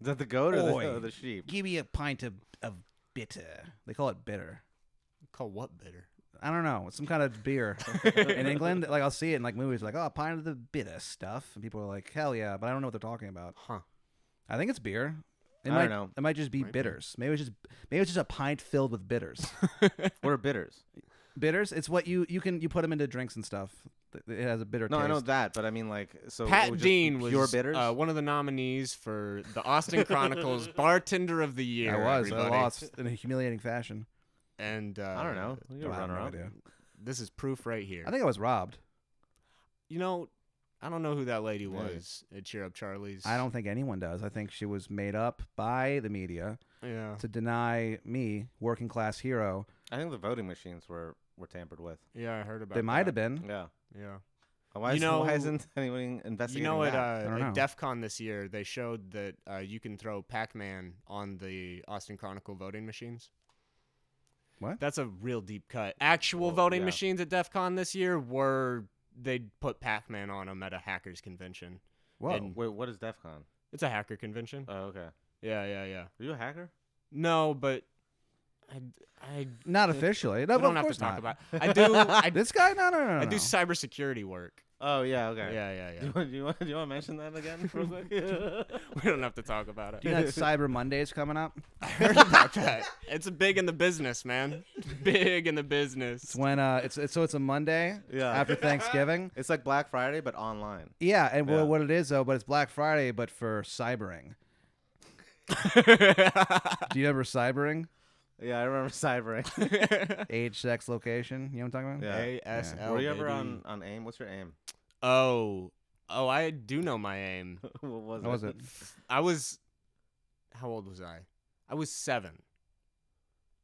S2: Is that the goat or the,
S3: Oi.
S2: or the sheep?
S3: Give me a pint of, of bitter. They call it bitter.
S4: call what bitter?
S3: I don't know. It's some kind of beer in England. Like I'll see it in like movies, like oh, a pint of the bitter stuff, and people are like, hell yeah, but I don't know what they're talking about.
S4: Huh.
S3: I think it's beer. It
S2: I
S3: might,
S2: don't know.
S3: It might just be
S4: Might be.
S3: bitters. Maybe it's just maybe it's just a pint filled with bitters.
S2: What are bitters?
S3: bitters. It's what you you can you put them into drinks and stuff. Th- It has a bitter.
S2: No,
S3: taste.
S2: I know that, but I mean like so. it
S4: Pat
S2: would just be
S4: Dean was
S2: pure bitters.
S4: Uh, one of the nominees for the Austin Chronicles Bartender of the Year.
S3: I was.
S4: everybody.
S3: I lost in a humiliating fashion.
S4: And uh,
S2: I don't know. You're
S3: I
S2: a
S3: have no
S2: runner up.
S3: idea.
S4: This is proof right here.
S3: I think I was robbed.
S4: you know, I don't know who that lady
S2: Yeah.
S4: was at Cheer Up Charlie's.
S3: I don't think anyone does. I think she was made up by the media
S4: Yeah.
S3: to deny me, working class hero.
S2: I think the voting machines were were tampered with.
S4: Yeah, I heard about.
S3: They might
S4: that.
S3: have been.
S2: Yeah.
S4: Yeah.
S2: Why,
S4: You
S2: is, why
S4: know-
S2: isn't anyone investigating
S4: You know, at,
S2: that?
S4: uh,
S3: don't know.
S4: at DEF CON this year, they showed that uh, you can throw Pac Man on the Austin Chronicle voting machines.
S3: What?
S4: That's a real deep cut. Actual
S2: Well,
S4: voting
S2: yeah.
S4: machines at DEF CON this year were. They put Pac Man on them at a hackers convention.
S3: Whoa.
S4: And-
S2: Wait, what is DEF CON?
S4: It's a hacker convention.
S3: Uh.
S2: Oh, okay. Are
S4: yeah, yeah, yeah.
S2: you a hacker?
S4: No, but I, I
S3: not officially. No,
S4: we
S3: of
S4: don't have
S3: course
S4: to talk
S3: not.
S4: about. I do. I,
S3: this guy. No, no, no, no.
S4: I
S3: no.
S4: do cybersecurity work.
S2: Oh, yeah, okay.
S4: Yeah,
S2: Do
S4: yeah, yeah.
S2: you, want, do, you want, do you want to mention that again real quick?
S4: we don't have to talk about it.
S3: Do you know that Cyber Monday's coming up?
S4: I heard about that. It's big in the business, man. Big in the business.
S3: It's when uh, it's, it's so it's a Monday
S2: Yeah.
S3: after Thanksgiving.
S2: it's like Black Friday, but online.
S3: Yeah, and
S2: Yeah.
S3: Well, what it is though, but it's Black Friday, but for cybering. Do you remember cybering?
S2: Yeah, I remember cybering.
S3: Age, sex, location. You know what I'm talking about?
S2: Yeah.
S4: ASL.
S2: Were you ever
S4: baby.
S2: on, on AIM? What's your AIM?
S4: Oh, oh, I do know my aim.
S2: what was
S3: How was it?
S4: I was, how old was I? I was seven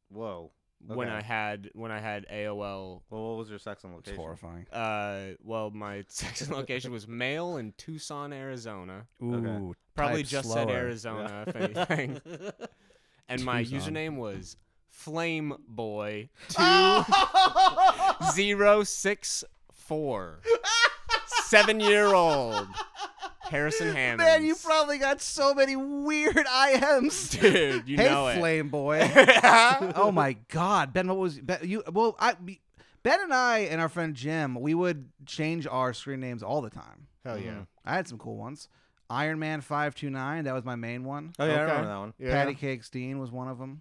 S2: Whoa.
S4: when
S2: Okay.
S4: I had when I had AOL.
S2: Well, what was your sex and
S3: It's
S2: location?
S3: horrifying.
S4: Uh, well, my sex and location was male in Tucson, Arizona.
S3: Ooh,
S2: Okay.
S4: Probably
S3: type
S4: just said
S3: slower.
S4: Arizona,
S2: Yeah.
S4: if anything. and my
S3: Tucson.
S4: username was Flame Boy two zero six four. Seven year old Harrison Hammond.
S3: Man, you probably got so many weird IMs.
S4: dude. You
S3: hey,
S4: know
S3: flame boy.
S4: it.
S3: oh my God, Ben, what was ben, you? Well, I me- Ben and I and our friend Jim, we would change our screen names all the time. Mm-hmm.
S4: Hell
S2: yeah.
S3: I had some cool ones. Iron Man five two nine. That was my main one.
S2: Oh, yeah, I
S4: Okay.
S2: remember that one.
S4: yeah.
S3: Patty Cakes Dean was one of them.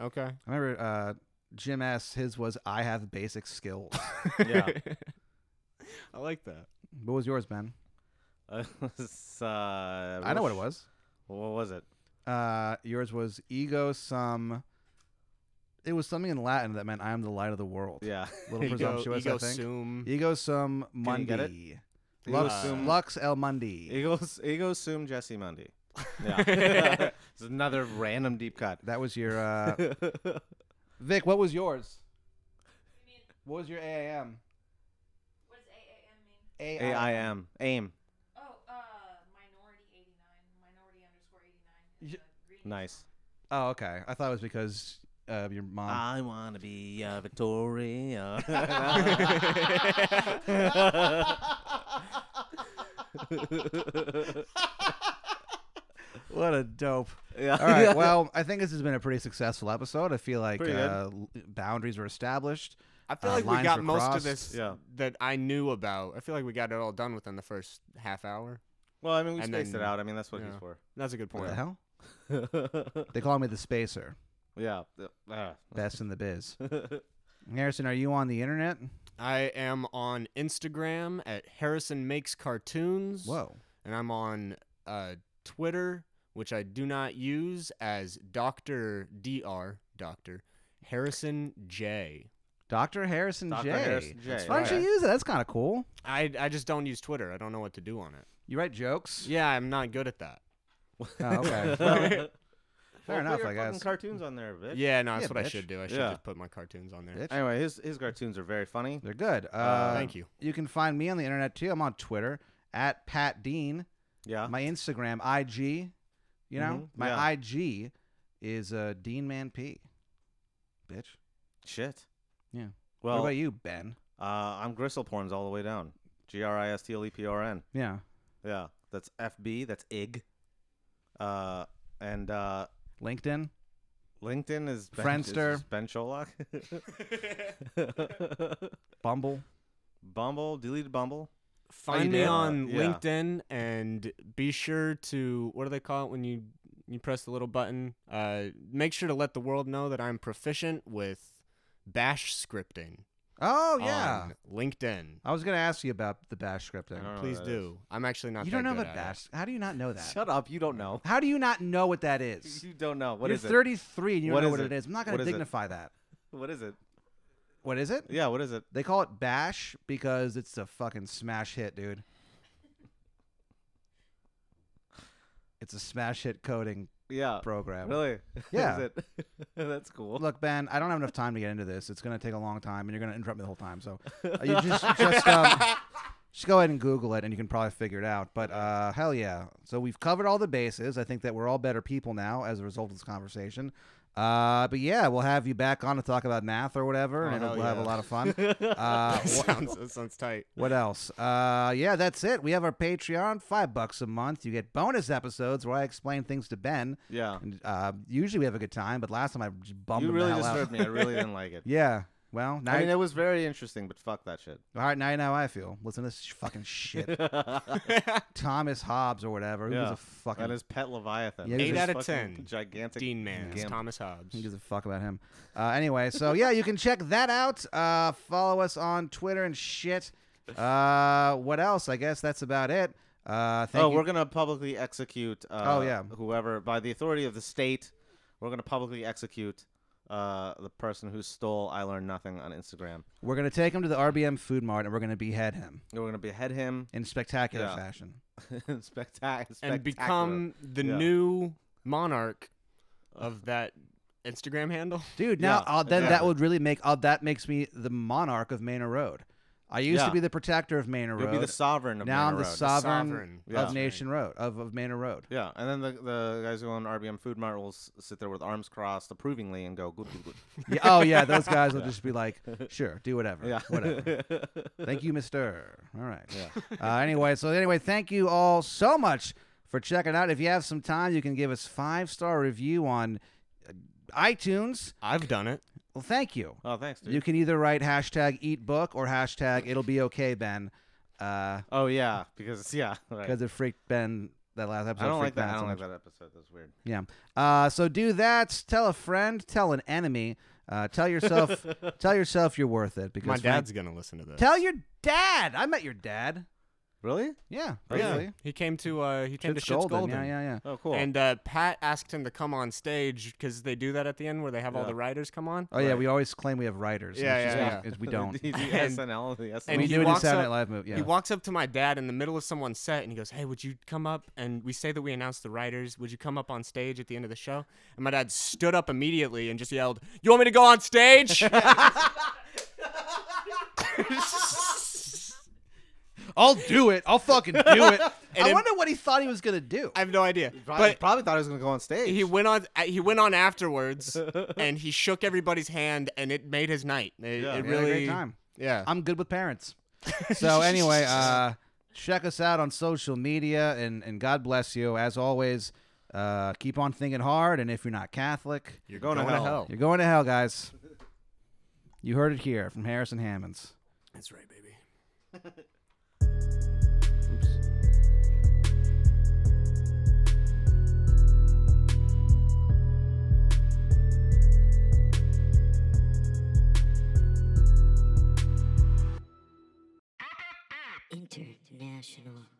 S4: Okay.
S3: I remember uh, Jim S. His was I have basic skills.
S2: Yeah.
S4: I like that.
S3: what was yours, Ben?
S2: Uh, it was, uh,
S3: I know what it was.
S2: What was it?
S3: Uh, yours was ego sum It was something in Latin that meant "I am the light of the world."
S2: Yeah.
S3: little presumptuous,
S4: ego
S3: I think.
S4: sum.
S3: Ego sum
S2: Can you get it?
S3: mundi.
S2: Ego
S3: Lux,
S2: sum,
S3: Lux el mundi.
S2: ego, ego sum Jesse Mundy. Yeah. it's another random deep cut.
S3: That was your uh, Vic. What was yours? What was your AIM?
S6: What does AAM mean?
S2: AIM. AIM.
S6: Oh, uh, minority 89, minority underscore 89.
S3: Y-
S6: Is a green
S2: Nice.
S3: Oh, okay. I thought it was because uh, your mom.
S2: I want to be a Victoria.
S3: what a dope.
S2: yeah.
S3: All right. Well, I think this has been a pretty successful episode. I feel like
S2: Pretty good.
S3: uh, l- boundaries were established.
S4: I feel
S3: Uh,
S4: like we
S3: lines
S4: got
S3: were
S4: most of
S3: crossed.
S4: this
S2: Yeah.
S4: that I knew about. I feel like we got it all done within the first half hour.
S2: Well, I mean, we
S4: And
S2: spaced
S4: then-
S2: it out. I mean, that's what he's
S4: yeah.
S2: for.
S4: That's a good
S3: What
S4: point.
S3: the hell? They call me the spacer.
S2: yeah. th- ah.
S3: Best in the biz. Harrison, are you on the internet?
S4: I am on Instagram at Harrison Makes Cartoons.
S3: Whoa.
S4: And I'm on uh, Twitter, which I do not use, as Dr. Dr. Dr. Harrison J.
S3: Dr. Harrison
S2: Dr.
S3: J.
S2: Harrison J.
S3: Why don't you
S2: Okay.
S3: use it? That's kind of cool.
S4: I, I just don't use Twitter. I don't know what to do on it.
S3: You write jokes?
S4: Yeah, I'm not good at that.
S3: Oh, okay. Well,
S2: Well, put
S3: enough,
S2: your
S3: I
S2: fucking
S3: guess.
S2: Cartoons on there, bitch.
S4: Yeah, no, that's
S3: Yeah,
S4: what I
S3: bitch.
S4: should do. I should
S2: Yeah.
S4: just put my cartoons on there.
S3: bitch.
S2: Anyway, his his cartoons are very funny.
S3: They're good. Uh,
S4: Thank you.
S3: You can find me on the internet too. I'm on Twitter at Pat Dean.
S4: Uh-huh.
S2: Yeah.
S3: My Instagram, IG, you know,
S2: Mhm.
S4: Mm-hmm.
S3: my
S2: Yeah.
S3: IG is uh, Dean Man P. Bitch.
S2: Shit.
S3: Yeah. what
S2: Well,
S3: about you, Ben?
S2: Uh, I'm Gristle Porns all the way down. G R I S T L E P R N.
S3: Yeah.
S2: Yeah. That's F B. That's IG. Uh, and uh,
S3: LinkedIn.
S2: LinkedIn is ben,
S3: Friendster.
S2: Is ben Sholok.
S3: Bumble.
S2: Bumble deleted Bumble.
S4: Find me
S2: did?
S4: on
S2: Uh, yeah.
S4: LinkedIn and be sure to what do they call it when you you press the little button? Uh, make sure to let the world know that I'm proficient with Bash scripting.
S3: Oh yeah.
S4: on LinkedIn.
S3: I was gonna ask you about the bash
S2: I
S3: scripting.
S2: don't know
S4: Please
S2: what that is.
S4: do. I'm actually not.
S3: you don't
S4: that
S3: know
S4: good
S3: about
S4: at it.
S3: bash. How do you not know that?
S2: Shut up. You don't know.
S3: How do you not know what that is?
S2: You don't know. What
S3: You're
S2: is
S3: 33 and you
S2: What
S3: don't know
S2: is
S3: what
S2: it?
S3: it is. I'm not gonna
S2: What is it?
S3: dignify that.
S2: it? What is it?
S3: What is it?
S2: Yeah. What is it?
S3: They call it bash because it's a fucking smash hit, dude. It's a smash hit coding
S2: Yeah.
S3: program.
S2: Really?
S3: Yeah.
S2: Is it? That's cool.
S3: Look, Ben, I don't have enough time to get into this. It's going to take a long time, and you're going to interrupt me the whole time. So uh, you just just um, just go ahead and Google it, and you can probably figure it out. But uh, hell yeah! So we've covered all the bases. I think that we're all better people now as a result of this conversation. Uh, but yeah, we'll have you back on to talk about math or whatever,
S4: Oh,
S3: and
S4: hell
S3: we'll have a
S4: yeah.
S3: lot of fun. Uh,
S4: that sounds that sounds tight.
S3: What else? Uh, yeah, that's it. We have our Patreon, five bucks a month. You get bonus episodes where I explain things to Ben.
S2: yeah.
S3: And, uh, usually we have a good time, but last time I just bummed
S2: You
S3: him
S2: really
S3: the hell out.
S2: disturbed me. I really didn't like it.
S3: Yeah. Well, now
S2: I mean,
S3: you,
S2: it was very interesting, but fuck that shit.
S3: all right, now you know how I feel. Listen to this sh- fucking shit. Thomas Hobbes or whatever. Who gives
S2: Yeah.
S3: a fucking?
S2: And his pet Leviathan.
S3: Yeah, Eight
S2: This
S4: out of
S2: fucking
S4: 10.
S2: Gigantic.
S4: Dean Man,
S2: Gimp.
S4: Thomas
S3: who
S4: Hobbs.
S3: gives a fuck about him? Uh, anyway, so yeah, you can check that out. Uh, follow us on Twitter and shit. Uh, what else? I guess that's about it. Uh, thank
S2: oh,
S3: you.
S2: we're gonna publicly execute. Uh,
S3: Oh, yeah.
S2: Whoever, by the authority of the state, we're gonna publicly execute uh, the person who stole "I Learned Nothing" on Instagram.
S3: We're gonna take him to the RBM Food Mart and we're gonna behead him
S2: And We're gonna behead him
S3: in spectacular
S2: Yeah.
S3: fashion.
S2: in spectac- spectacular.
S4: and become the
S2: Yeah.
S4: new monarch of that Instagram handle.
S3: Dude, now
S2: Yeah,
S3: uh, then that
S2: exactly.
S3: would really make uh, that makes me the monarch of Manor Road. I used
S2: Yeah.
S3: to be the protector of Manor
S2: You'll
S3: Road.
S2: be the sovereign of
S3: now I'm
S2: Manor
S3: the
S2: Road.
S3: sovereign,
S4: sovereign.
S2: Yeah.
S3: of Nation Road of, of Manor Road.
S2: Yeah, and then the, the guys who own RBM Food Mart will s- sit there with arms crossed approvingly and go, good, good, good.
S3: Yeah, oh yeah, those guys will just be like, sure, do whatever,
S2: Yeah.
S3: whatever. Thank you, Mister. All right. Uh, anyway, so anyway, thank you all so much for checking out. If you have some time, you can give us five star review on uh, iTunes.
S4: I've done it.
S3: Well, thank you.
S2: Oh, thanks, dude.
S3: You can either write hashtag eat book or hashtag it'll be okay, Ben. Because
S2: oh, yeah, because, yeah, right.
S3: it freaked Ben that last episode.
S2: I don't like
S3: freaked
S2: that.
S3: Ben
S2: I
S3: out
S2: don't
S3: so
S2: like
S3: much.
S2: that episode. That's weird.
S3: Yeah. Uh, so do that. Tell a friend. Tell an enemy. Uh, tell yourself. tell yourself you're worth it. Because
S4: My
S3: Frank-
S4: dad's gonna listen to this.
S3: Tell your dad. I met your dad.
S2: Really?
S3: Yeah,
S2: Yeah.
S3: briefly.
S4: He came to uh, he came
S3: Shit's
S4: to Shit's Golden.
S3: Yeah, yeah, yeah.
S2: Oh, cool.
S4: And uh, Pat asked him to come on stage because they do that at the end where they have all
S2: Yeah.
S4: the writers come on.
S3: Oh yeah, we always claim we have writers. and
S4: Yeah,
S3: it's just
S4: yeah,
S3: we- it's- we don't.
S2: the
S4: And-
S2: SNL, the SNL.
S4: and
S3: we
S4: he
S3: do it in
S4: walks
S3: Saturday
S4: up-
S3: Night Live movie. Yeah.
S4: He walks up to my dad in the middle of someone's set and he goes, "Hey, would you come up and we say that we announced the writers? Would you come up on stage at the end of the show?" And my dad stood up immediately and just yelled, "You want me to go on stage?" I
S3: I'll do it. I'll fucking do it. I
S4: it-
S3: wonder what he thought he was gonna do.
S4: have no idea,
S2: probably,
S4: but
S2: probably thought I was gonna go on stage.
S4: he went on. uh, He went on afterwards and he shook everybody's hand and it made his night. It,
S2: Yeah.
S4: it
S3: We had
S4: really,
S3: a great time.
S4: yeah.
S3: I'm good with parents. So anyway, uh, check us out on social media, and and God bless you as always. Uh, keep on thinking hard, and if you're not Catholic,
S2: You're going, to hell.
S3: you're going to hell, guys. You heard it here from Harrison Hammonds.
S4: That's right, baby.
S7: International.